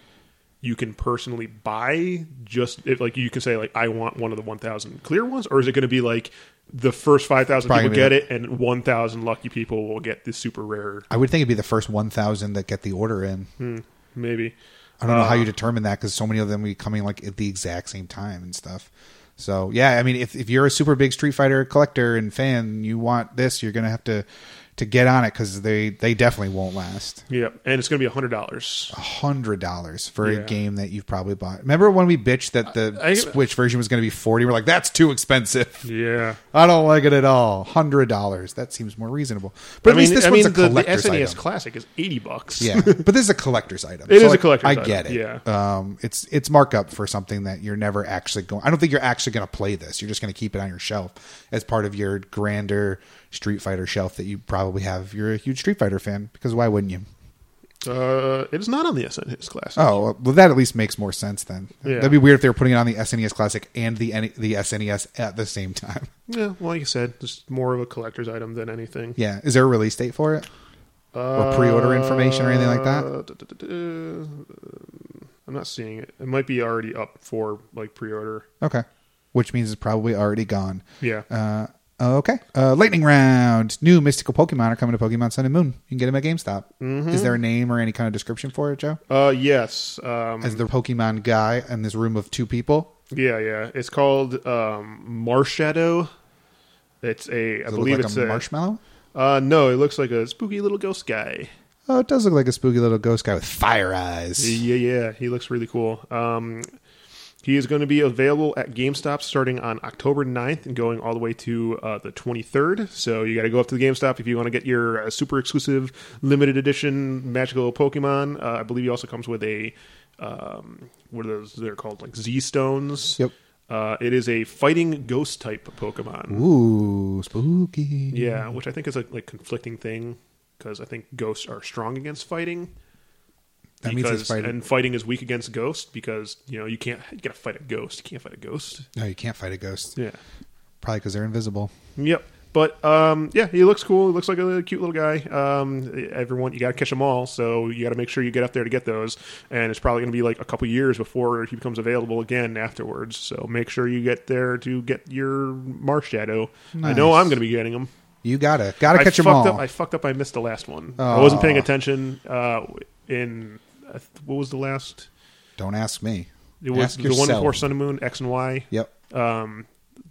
you can personally buy just if like you can say like I want one of the 1,000 clear ones, or is it going to be like the first 5,000 Probably people gonna get be it and 1,000 lucky people will get this super rare? I would think it'd be the first one thousand that get the order in. Maybe. I don't know how Uh. you determine that because so many of them will be coming like at the exact same time and stuff. So yeah, I mean, if if you're a super big Street Fighter collector and fan, you want this, you're gonna have to to get on it because they they definitely won't last. Yeah. And it's going to be $100. hundred dollars for Yeah. a game that you've probably bought. Remember when we bitched that the I- I- Switch version was going to be forty? We're like, that's too expensive. Yeah. I don't like it at all. Hundred dollars. That seems more reasonable. But at least this one's a the, E the collector's SNES item. Classic is 80 bucks. yeah, [laughs] but this is a collector's item. It It is is a collector's I item, get it. yeah. um, it's it's markup for something that you're never actually going. I don't think you're actually going to play this. You're just going to keep it on your shelf as part of your grander Street Fighter shelf that you probably have. You're a huge Street Fighter fan because why wouldn't you? Uh, it is not on the SNES Classic. Oh well, that at least makes more sense then. Yeah. That'd be weird if they were putting it on the SNES Classic and the N- E, the SNES at the same time. [laughs] Yeah. Well, like you said, just more of a collector's item than anything. Yeah, is there a release date for it? or pre-order information or anything like that? Uh, duh, duh, duh, duh. Uh, I'm not seeing it. It might be already up for like pre-order. Okay, which means it's probably already gone. Yeah. Uh, okay, uh, lightning round. New mystical Pokemon are coming to Pokemon Sun and Moon. You can get them at GameStop. Mm-hmm. Is there a name or any kind of description for it, Joe? Uh, yes. Um, As the Pokemon guy in this room of two people, yeah, yeah. It's called um, Marshadow. It's a. I does it believe look like it's a, a. marshmallow. uh, no, it looks like a spooky little ghost guy. Oh, it does look like a spooky little ghost guy with fire eyes. Yeah, yeah. He looks really cool. Um, he is going to be available at GameStop starting on October 9th and going all the way to uh, the 23rd. So you got to go up to the GameStop if you want to get your uh, super exclusive limited edition magical Pokemon. Uh, I believe he also comes with a um, what are those? They're called like Z stones. Yep. Uh, it is a fighting ghost type Pokemon. Ooh, spooky. Yeah, which I think is a like conflicting thing because I think ghosts are strong against fighting. That means because, it's fighting. and fighting is weak against ghosts because you know you can't you gotta fight a ghost. You can't fight a ghost. No, you can't fight a ghost. Yeah. Probably because they're invisible. Yep. But um, yeah, he looks cool. He looks like a cute little guy. Um, everyone, you gotta catch them all, so you gotta make sure you get up there to get those. And it's probably gonna be like a couple years before he becomes available again afterwards. So make sure you get there to get your Marsh Shadow. I know Nice. I'm gonna be getting them. You gotta gotta I catch them fucked all. Up, I fucked up. I missed the last one. I Aw. wasn't paying attention. Uh, in uh, what was the last? Don't ask me. It was Ask the yourself. one before Sun and Moon X and Y. Yep. Um,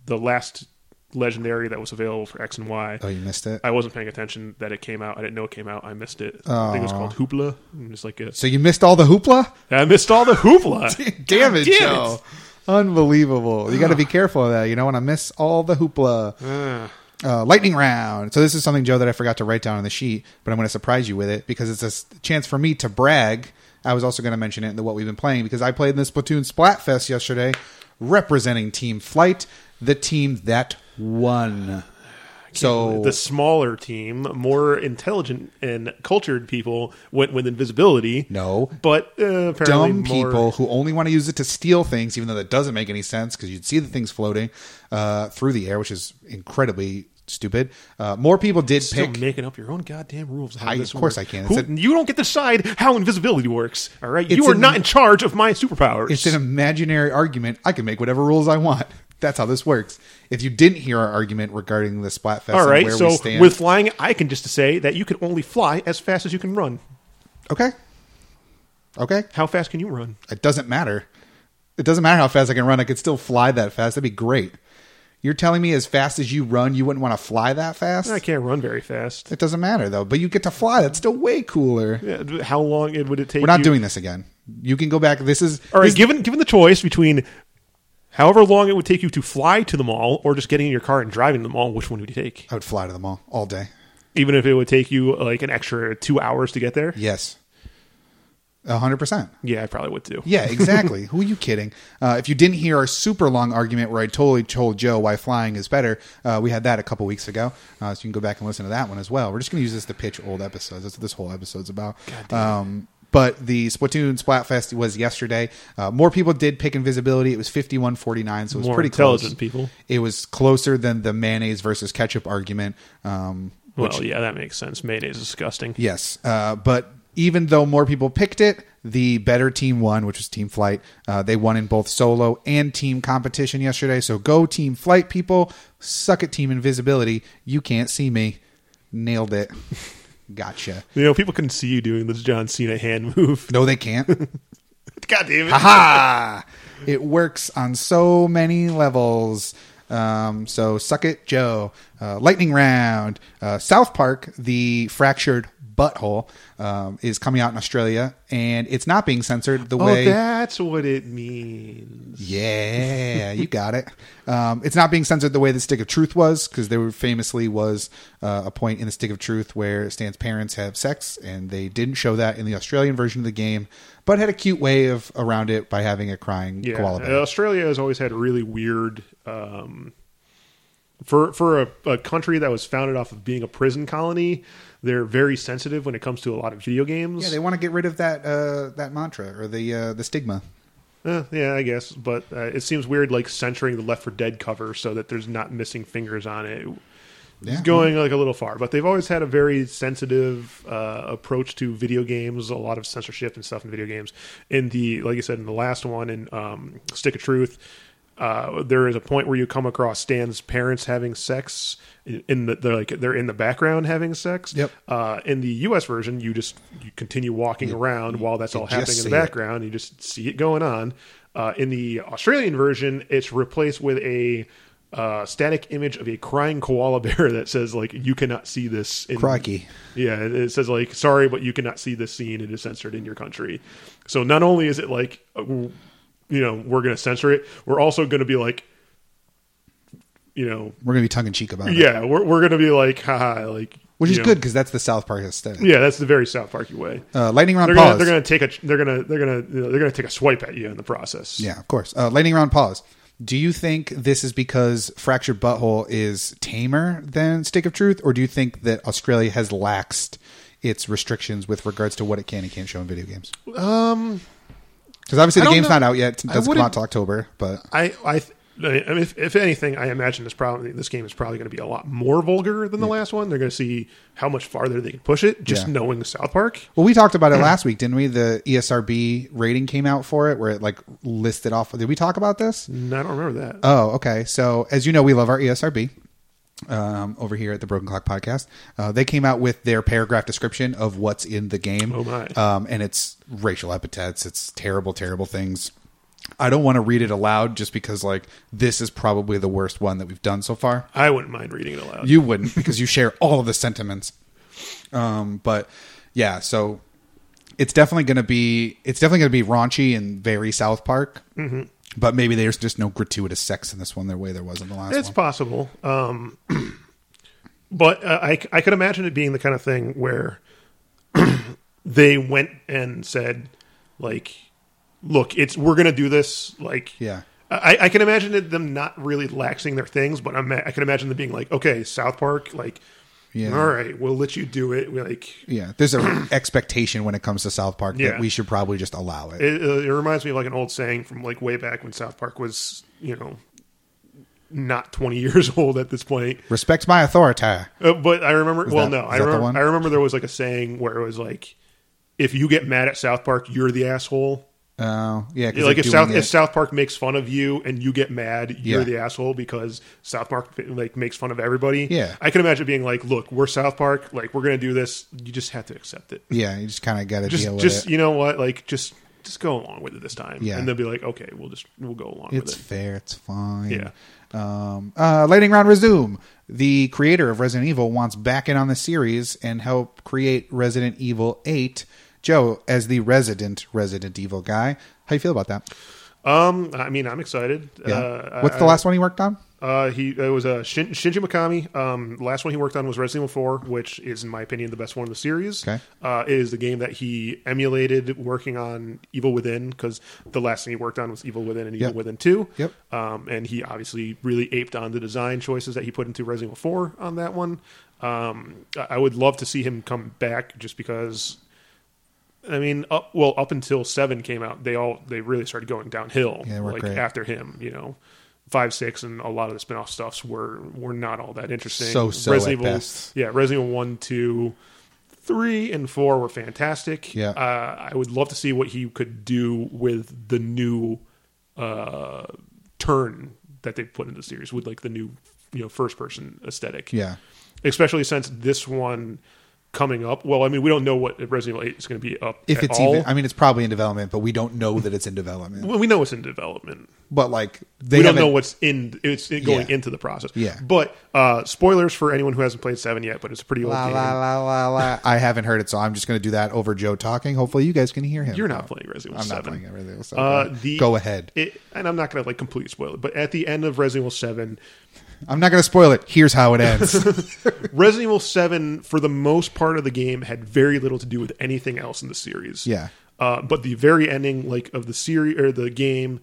the last legendary that was available for X and Y. Oh, you missed it. I wasn't paying attention that it came out. I didn't know it came out. I missed it. I think it was Aw. called Hoopla. And It's like a, So you missed all the hoopla. I missed all [laughs] the [laughs] Hoopla. damn it, damn Joe! Unbelievable. You got to be careful of that. You don't want to miss all the hoopla. Ah. Uh, lightning round. So this is something, Joe, that I forgot to write down on the sheet, but I'm going to surprise you with it because it's a s- chance for me to brag. I was also going to mention it in the what we've been playing because I played in the Splatoon Splatfest yesterday, representing Team Flight, the team that won. So the smaller team, more intelligent and cultured people went with invisibility. No. but uh, apparently dumb more- people who only want to use it to steal things, even though that doesn't make any sense because you'd see the things floating uh, through the air, which is incredibly stupid. Uh, more people did Still pick. making up your own goddamn rules. How I- this of course works. I can. Who- It's a- you don't get to decide how invisibility works. All right, you It's are an- not in charge of my superpowers. It's an imaginary argument. I can make whatever rules I want. That's how this works. If you didn't hear our argument regarding the Splatfest all and right, where so we stand, with flying, I can just say that you can only fly as fast as you can run. okay, okay, How fast can you run? it doesn't matter. It doesn't matter how fast I can run. I could still fly that fast. That'd be great. You're telling me as fast as you run, you wouldn't want to fly that fast? I can't run very fast. It doesn't matter though, but you get to fly. That's still way cooler. Yeah, d- How long it would it take? We're not you- doing this again. You can go back. This is All right, this- given given the choice between however long it would take you to fly to the mall or just getting in your car and driving to the mall, which one would you take? I would fly to the mall all day. Even if it would take you like an extra two hours to get there. Yes. hundred percent. Yeah, I probably would too. [laughs] Yeah, exactly. Who are you kidding? Uh, if you didn't hear our super long argument where I totally told Joe why flying is better, uh, we had that a couple weeks ago. Uh, so you can go back and listen to that one as well. We're just going to use this to pitch old episodes. That's what this whole episode's about. Um, but the Splatoon Splatfest was yesterday. Uh, more people did pick Invisibility. It was fifty-one forty-nine, so it was More pretty intelligent close. people. It was closer than the mayonnaise versus ketchup argument. Um, Well, yeah, that makes sense. Mayday's disgusting. Yes, uh, but even though more people picked it, the better team won, which was Team Flight. Uh, they won in both solo and team competition yesterday. So go Team Flight, people! Suck at Team Invisibility. You can't see me. Nailed it. [laughs] Gotcha. You know, people couldn't see you doing this John Cena hand move. [laughs] No, they can't. God damn it. ha! It works on so many levels. Um, so suck it, Joe. Uh, lightning round. Uh, South Park, the fractured butthole, um, is coming out in Australia, and it's not being censored the Oh, way. that's what it means. Yeah, you got it. Um, it's not being censored the way the Stick of Truth was, because there famously was uh, a point in the Stick of Truth where Stan's parents have sex, and they didn't show that in the Australian version of the game, but had a cute way of around it by having a crying Yeah. koala bear. Uh, Australia has always had really weird um for for a, a country that was founded off of being a prison colony, they're very sensitive when it comes to a lot of video games. Yeah, they want to get rid of that uh, that mantra or the uh, the stigma. Eh, yeah, I guess, but uh, it seems weird like censoring the Left for Dead cover so that there's not missing fingers on it. Yeah. It's going like a little far, but they've always had a very sensitive uh, approach to video games, a lot of censorship and stuff in video games. In the like I said in the last one in um, Stick of Truth, uh, there is a point where you come across Stan's parents having sex in- in the they're like they're in the background having sex. Yep. Uh, in the U.S. version, you just you continue walking around while that's you all just happening in see the it. background background. You just see it going on. Uh, in the Australian version, it's replaced with a uh, static image of a crying koala [laughs] bear that says like you cannot see this. In, Crikey. Yeah, it- it says like sorry, but you cannot see this scene. It is censored in your country. So not only is it like uh, w- you know we're going to censor it, we're also going to be like you know We're gonna be tongue in cheek about it, yeah we're we're going to be like haha like which you is know. good because that's the South Park aesthetic. Yeah, that's the very South Parky way Uh, lightning round they're pause. gonna, they're gonna take a they're gonna they're gonna you know, they're gonna take a swipe at you in the process. Yeah, of course. Uh, lightning round pause. Do you think this is because fractured butthole is tamer than stick of truth, or do you think that Australia has laxed its restrictions with regards to what it can and can't show in video games? Um, because obviously I the don't game's know. not out yet; it I doesn't come out wouldn't- till October. But I I. th- I mean, if, if anything, I imagine this probably this game is probably going to be a lot more vulgar than the last one. They're going to see how much farther they can push it. Just Yeah. knowing South Park, well, we talked [clears throat] about it last week, didn't we? The E ESRB rating came out for it, where it like listed off. Did we talk about this? No, I don't remember that. Oh, okay. So as you know, we love our E ESRB um, over here at the Broken Clock Podcast. Uh, they came out with their paragraph description of what's in the game. Oh, my. Um, and it's racial epithets. It's terrible, terrible things. I don't want to read it aloud just because like this is probably the worst one that we've done so far. I wouldn't mind reading it aloud. You wouldn't because you share all of the sentiments. Um, but yeah, so it's definitely going to be it's definitely going to be raunchy and very South Park. Mm-hmm. But maybe there's just no gratuitous sex in this one the way there was in the last it's one. possible, um, [clears throat] but uh, I I could imagine it being the kind of thing where [clears throat] they went and said, like, look, it's we're going to do this. Like, Yeah. I, I can imagine it- them not really laxing their things, but I'm, I can imagine them being like, okay, South Park, like, Yeah. all right, we'll let you do it. We like, Yeah, there's [clears throat] an expectation when it comes to South Park that Yeah. we should probably just allow it. it, uh, it reminds me of like an old saying from like way back when South Park was, you know, not 20 [laughs] years old at this point. Respect my authority. Uh, but I remember, well, that- no, is that I the one? remember, I remember there was like a saying where it was like, if you get mad at South Park, you're the asshole. Oh, yeah, 'cause like they're if doing South it. if South Park makes fun of you and you get mad, you're Yeah. the asshole because South Park like makes fun of everybody. Yeah. I can imagine it being like, look, we're South Park, like we're gonna do this. You just have to accept it. yeah, you just kind of got to Just deal with just it. you know what, like just just go along with it this time. Yeah. and they'll be like, okay, we'll just we'll go along It's with fair. It's fine. Yeah. Um, uh, lightning round resume. The creator of Resident Evil wants back in on the series and help create Resident Evil Eight. Joe, as the resident Resident Evil guy, how you feel about that? it. Um, I mean, I'm excited. Yeah. Uh, What's I- the last one he worked on? Uh, he it was uh, Shin, Shinji Mikami. Um, the last one he worked on was Resident Evil Four, which is, in my opinion, the best one of the series. Okay. Uh, it is the game that he emulated working on Evil Within because the last thing he worked on was Evil Within and Evil Yep. Within Two. Yep. Um, and he obviously really aped on the design choices that he put into Resident Evil Four on that one. Um, I I would love to see him come back just because I mean, up well, up until seven came out, they all they really started going downhill. Yeah, they were like great. after him, you know, five, six, and a lot of the spin-off stuffs were were not all that interesting. So, so at Resident Evil, best. yeah, Resident Evil one, two, three, and four were fantastic. Yeah. uh, I would love to see what he could do with the new uh, turn that they've put into the series with like the new you know first person aesthetic Yeah. especially since this one coming up. Well, I mean, we don't know what Resident Evil 8 is going to be up If at it's all. even, I mean, it's probably in development, but we don't know that it's in development. Well, we know it's in development. But like, they we don't haven't- know what's in it's in- going Yeah. into the process. Yeah. But uh, spoilers for anyone who hasn't played Seven yet, but it's a pretty old La, game. la, la, la, la. I haven't heard it, so I'm just going to do that over Joe talking. Hopefully, you guys can hear him. You're not playing Resident Evil I'm 7. not playing it really. So Uh, go- the- go ahead. It, and I'm not going to like completely spoil it, but at the end of Resident Evil 7, I'm not going to spoil it. Here's how it [laughs] ends. Resident Evil 7, for the most part of the game, had very little to do with anything else in the series. Yeah. Uh, but the very ending, like of the series or the game,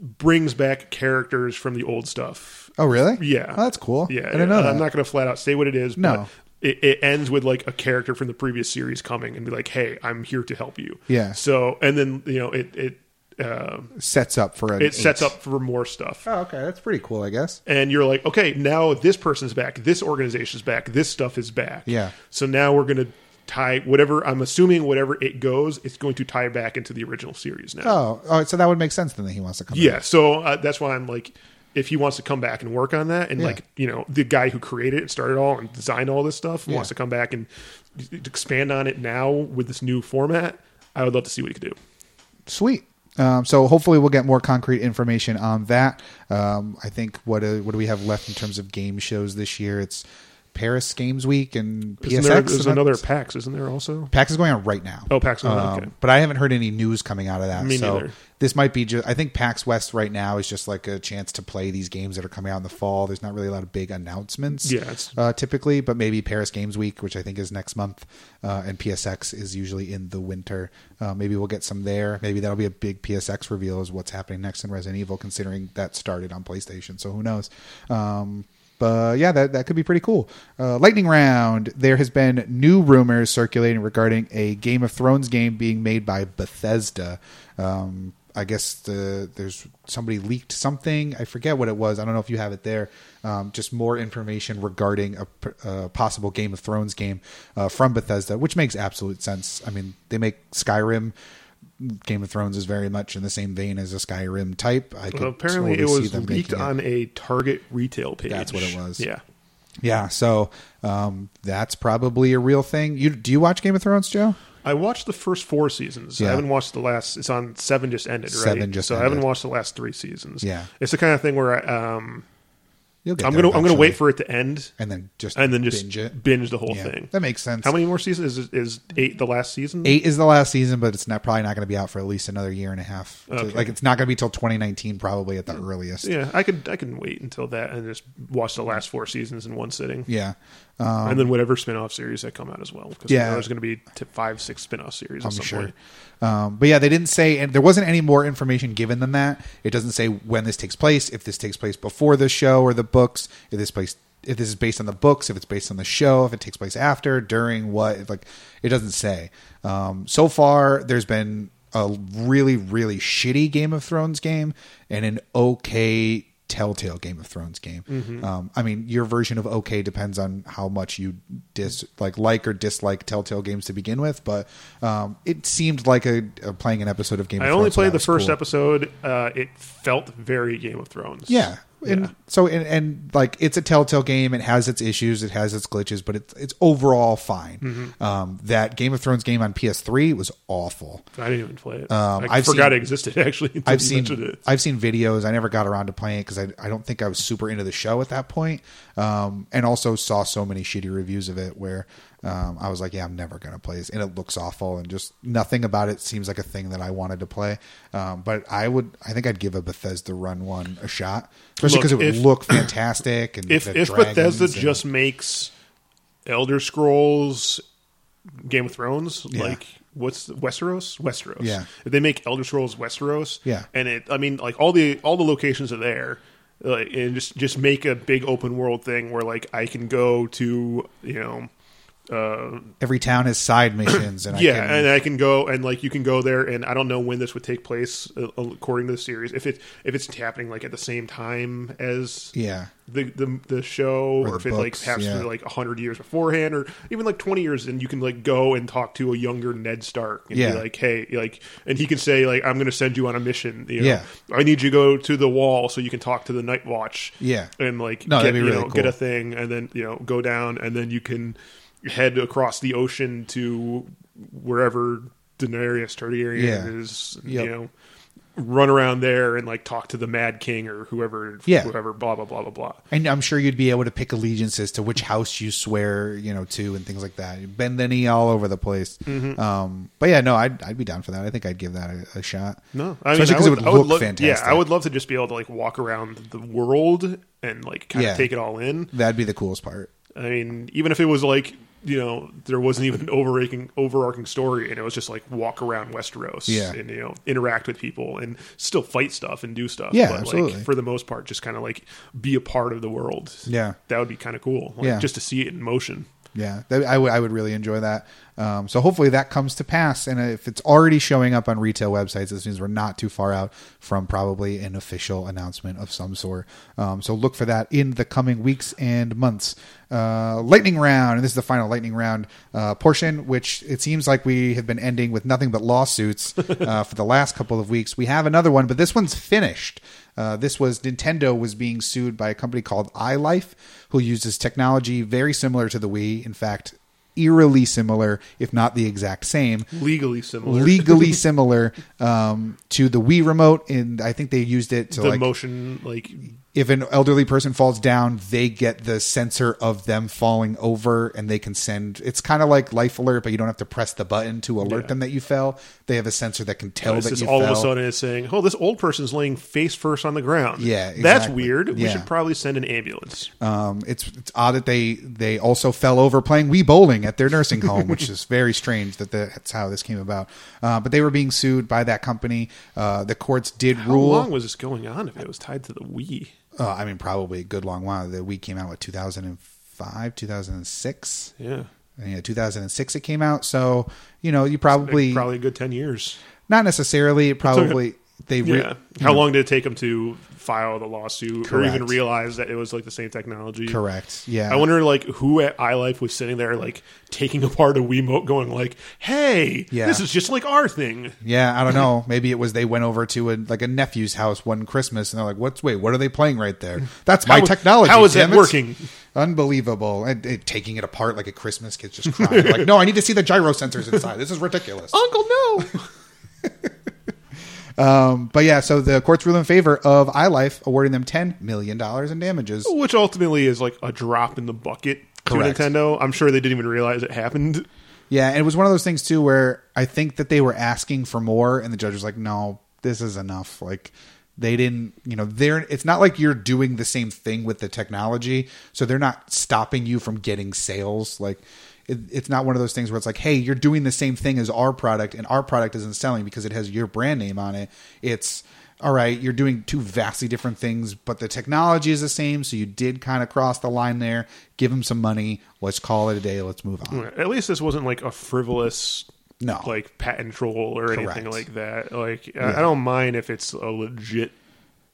brings back characters from the old stuff. oh, really? Yeah. Oh, that's cool. Yeah, I didn't know uh, that. I'm not going to flat out say what it is. No. but it, it ends with like a character from the previous series coming and be like, "Hey, I'm here to help you." Yeah. So, and then you know it it uh, sets up for an it sets eight. up for more stuff. Oh, okay. That's pretty cool, I guess. and you're like, okay, now this person's back, this organization's back, this stuff is back. Yeah. So now we're gonna tie whatever I'm assuming whatever it goes, it's going to tie back into the original series now. Oh, oh, so that would make sense then that he wants to come. yeah. So uh, that's why I'm like, if he wants to come back and work on that, and Yeah. like you know the guy who created it, and started all, and designed all this stuff, wants to come back and expand on it now with this new format, I would love to see what he could do. Sweet. Um, so hopefully we'll get more concrete information on that. Um, I think what uh, what do we have left in terms of game shows this year? It's Paris Games Week and PSX. Isn't there, there's and another that's- PAX, isn't there also? PAX is going on right now. Oh, PAX is going on, Um, okay. But I haven't heard any news coming out of that. Me so neither. this might be just. I think PAX West right now is just like a chance to play these games that are coming out in the fall. There's not really a lot of big announcements. Yeah, it's- uh, typically, but maybe Paris Games Week, which I think is next month, uh, and PSX is usually in the winter. Uh, maybe we'll get some there. Maybe that'll be a big PSX reveal is what's happening next in Resident Evil, considering that started on PlayStation. So who knows? Um, but yeah, that, that could be pretty cool. Uh, lightning round. There has been new rumors circulating regarding a Game of Thrones game being made by Bethesda. Um, I guess the there's somebody leaked something. I forget what it was. I don't know if you have it there. Um, just more information regarding a, p- a possible Game of Thrones game uh, from Bethesda, which makes absolute sense. I mean, they make Skyrim. Game of Thrones is very much in the same vein as a Skyrim type. I could Well, apparently, it totally see was them leaked making it. on a Target retail page. That's what it was. Yeah. Yeah, so um, that's probably a real thing. You do you watch Game of Thrones, Joe? I watched the first four seasons. Yeah. I haven't watched the last. It's on seven. Just ended. Right? Seven just So I haven't ended. watched the last three seasons. Yeah. It's the kind of thing where I, um, You'll get. I'm there gonna I'm gonna eventually. wait for it to end and then just and then just binge it. the whole Yeah, thing. That makes sense. How many more seasons is is eight the last season? Eight is the last season, but it's not probably not going to be out for at least another year and a half. So, Okay. Like it's not going to be till 2019, probably at the earliest. Yeah. Yeah, I could I can wait until that and just watch the last four seasons in one sitting, yeah. and then whatever spin off series that come out as well. Because Um, Yeah. there's going to be t- five six spin off series. at I'm some sure. Point. Um, but yeah, they didn't say, and there wasn't any more information given than that. It doesn't say when this takes place, if this takes place before the show or the books, if this place, if this is based on the books, if it's based on the show, if it takes place after, during, what. Like, it doesn't say. Um, so far, there's been a really, really shitty Game of Thrones game and an okay telltale game of thrones game Mm-hmm. um, i mean your version of okay depends on how much you dis like like or dislike telltale games to begin with but um, it seemed like a, a playing an episode of game I of only thrones when played the was first cool. episode. Uh, it felt very Game of Thrones. yeah and Yeah. so and, and like it's a telltale game it has its issues it has its glitches but it's it's overall fine Mm-hmm. um, that game of thrones game on ps3 was awful I didn't even play it. Um, I I've forgot seen- it existed [laughs] actually. Until I've you seen mentioned it. I've seen videos. I never got around to playing it because I, I don't think I was super into the show at that point. Um, and also saw so many shitty reviews of it where um, I was like, yeah, I'm never going to play this. And it looks awful. And just nothing about it seems like a thing that I wanted to play. Um, but I would, I think I'd give a Bethesda run one a shot, especially Look, because it would if- look fantastic. And if the if dragons Bethesda and- just makes Elder Scrolls, Game of Thrones, Yeah. like what's Westeros, Westeros. Yeah. if they make Elder Scrolls Westeros. Yeah. and it, I mean, like all the all the locations are there. Like, and just just make a big open world thing where like I can go to you know every town has side missions, and yeah I can, and I can go and like you can go there and I don't know when this would take place uh, according to the series if it if it's happening like at the same time as yeah, the the, the show, or, the if it books, like happens yeah. to like hundred years beforehand, or even like twenty years, and you can like go and talk to a younger Ned Stark and Yeah. be like, hey, like, and he can say like, I'm going to send you on a mission. You know? Yeah. I need you to go to the wall so you can talk to the Night Watch. Yeah. and like No, get that'd be you really know cool. get a thing, and then you know go down, and then you can head across the ocean to wherever Daenerys Targaryen Yeah. is. Yep. You know. Run around there and like talk to the Mad King or whoever, Yeah. whoever, blah blah blah blah blah. and I'm sure you'd be able to pick allegiances to which house you swear, you know, to, and things like that. Bend the knee all over the place. Um, but yeah, no, I'd I'd be down for that. I think I'd give that a, a shot. No, I mean, especially I because it would I look love- fantastic. Yeah, I would love to just be able to like walk around the world and like kind Yeah. of take it all in. That'd be the coolest part. I mean, even if it was like you know there wasn't even an overarching overarching story, and it was just like walk around Westeros, Yeah. and you know interact with people and still fight stuff and do stuff. Yeah, but absolutely. like for the most part, just kind of like be a part of the world. Yeah. that would be kind of cool. Like, Yeah. just to see it in motion. Yeah, that, I would I would really enjoy that. Um, so hopefully that comes to pass, and if it's already showing up on retail websites, this means we're not too far out from probably an official announcement of some sort. Um, so look for that in the coming weeks and months. Uh, lightning round, and this is the final lightning round uh, portion, which it seems like we have been ending with nothing but lawsuits [laughs] uh, for the last couple of weeks. We have another one, but this one's finished. Uh, this was Nintendo was being sued by a company called iLife, who uses technology very similar to the Wii. In fact, eerily similar, if not the exact same, Legally similar. legally similar um, to the Wii remote. And I think they used it to [laughs] the like motion, like if an elderly person falls down, they get the sensor of them falling over and they can send it's kind of like life alert, but you don't have to press the button to alert Yeah. them that you fell. They have a sensor that can tell It's Oh, that just you all fell. of a sudden it's saying, "Oh, this old person's laying face first on the ground." Yeah, that's exactly. weird. We Yeah. should probably send an ambulance. Um, it's it's odd that they they also fell over playing Wii bowling at their nursing home, which [laughs] is very strange that that's how this came about. Uh, but they were being sued by that company. Uh, the courts did How rule. long was this going on? If it was tied to the Wii, uh, I mean, probably a good long while. The Wii came out with 2005, 2006. yeah, Yeah, 2006 it came out. So you know, you probably, probably a good ten years. not necessarily. It [laughs] probably they re- Yeah. How long did it take them to file the lawsuit or even Correct. realize that it was like the same technology? correct. Yeah, I wonder, like, who at iLife was sitting there, like, taking [laughs] apart a Wiimote, going, like, "Hey, Yeah. this is just like our thing." Yeah, I don't know. Maybe it was they went over to a, like a nephew's house one Christmas and they're like, "What's wait? What are they playing right there? That's my How- technology. how is damn that it." working? Unbelievable!" And it, taking it apart like a Christmas kid's just crying. like, no, I need to see the gyro sensors inside. This is ridiculous. Uncle, no. Um, but yeah, so the courts ruled in favor of iLife, awarding them ten million dollars in damages. which ultimately is like a drop in the bucket Correct. to Nintendo. I'm sure they didn't even realize it happened. Yeah, and it was one of those things too where I think that they were asking for more, and the judge was like, "No, this is enough." Like they didn't, you know, they're. It's not like you're doing the same thing with the technology, so they're not stopping you from getting sales. Like it, it's not one of those things where it's like, "Hey, you're doing the same thing as our product, and our product isn't selling because it has your brand name on it." It's all right, you're doing two vastly different things, but the technology is the same, so you did kind of cross the line there. Give them some money. Let's call it a day. Let's move on. At least this wasn't like a frivolous, No. like patent troll or anything Correct. like that. Like I I don't mind if it's a legit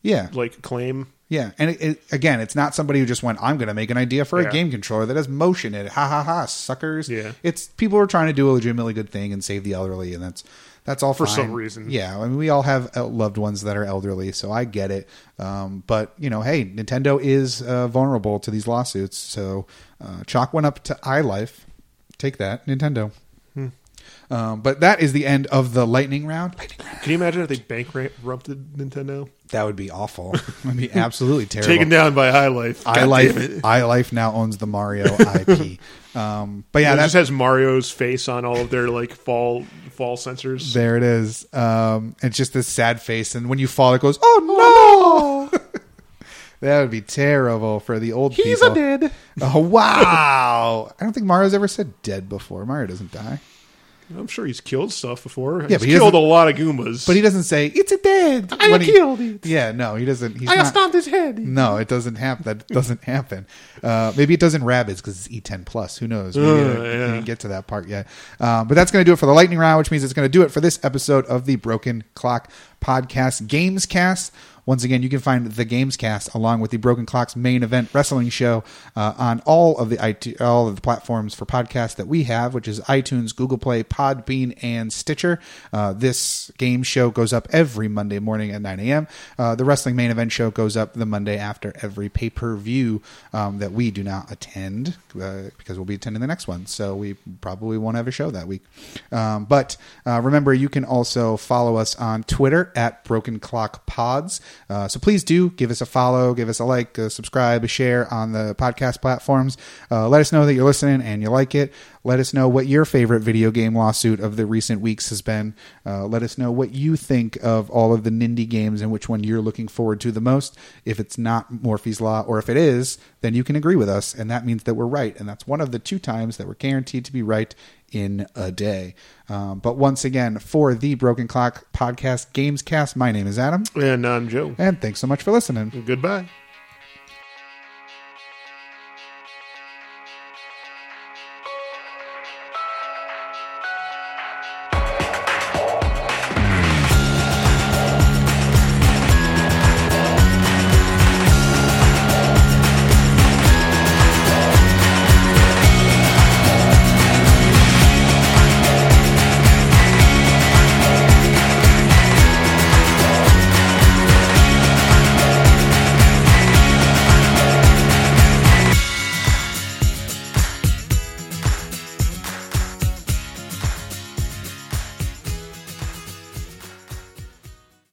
Yeah. like claim. Yeah, and it, it, again, it's not somebody who just went, "I'm going to make an idea for a Yeah. game controller that has motion in it." Ha ha ha, suckers! Yeah. it's people are trying to do a legitimately good thing and save the elderly, and that's that's all for some reason. Yeah, I mean, we all have el- loved ones that are elderly, so I get it. Um, but you know, hey, Nintendo is uh, vulnerable to these Hmm. lawsuits, so uh, chalk one up to iLife. Take that, Nintendo. Um, but that is the end of the lightning round. Lightning round. Can you imagine if they bankrupted Nintendo? That would be awful. That would be [laughs] absolutely terrible. Taken down by High Life. God damn it. iLife, iLife now owns the [laughs] Mario IP. Um, but yeah, it that's just has Mario's face on all of their like fall fall sensors. there it is. Um, it's just this sad face, and when you fall, it goes, "Oh no!" [laughs] that would be terrible for the old He's people. a dead. [laughs] Oh wow! I don't think Mario's ever said dead before. Mario doesn't die, I'm sure he's killed stuff before. Yeah, he's but he killed a doesn't- lot of Goombas. but he doesn't say "It's a dead." I when he- killed it. Yeah, no, he doesn't. He's I not, stomped his head. No, it doesn't happen. That doesn't happen. Uh, maybe it doesn't rabbits because it's E ten plus. Who knows? We didn't, we yeah. didn't get to that part yet. Um, but that's going to do it for the lightning round, which means it's going to do it for this episode of the Broken Clock Podcast Games Cast. Once again, you can find the Games Cast along with the Broken Clock's main event wrestling show uh, on all of the IT, all of the platforms for podcasts that we have, which is iTunes, Google Play, Podbean, and Stitcher. Uh, this game show goes up every Monday morning at 9 a.m. Uh, the wrestling main event show goes up the Monday after every pay per view um, that we do not attend uh, because we'll be attending the next one. So we probably won't have a show that week. Um, but uh, remember, you can also follow us on Twitter at Broken Clock Pods. Uh, so please do give us a follow, give us a like, a subscribe, a share on the podcast platforms. Uh, let us know that you're listening and you like it. Let us know what your favorite video game lawsuit of the recent weeks has been. Uh, let us know what you think of all of the Nindy games and which one you're looking forward to the most. If it's not Morphe's Law, or if it is, then you can agree with us, and that means that we're right. And that's one of the two times that we're guaranteed to be right in a day. Um, but once again, for the Broken Clock Podcast Gamescast, my name is Adam, And I'm Joe. and thanks so much for listening. Goodbye.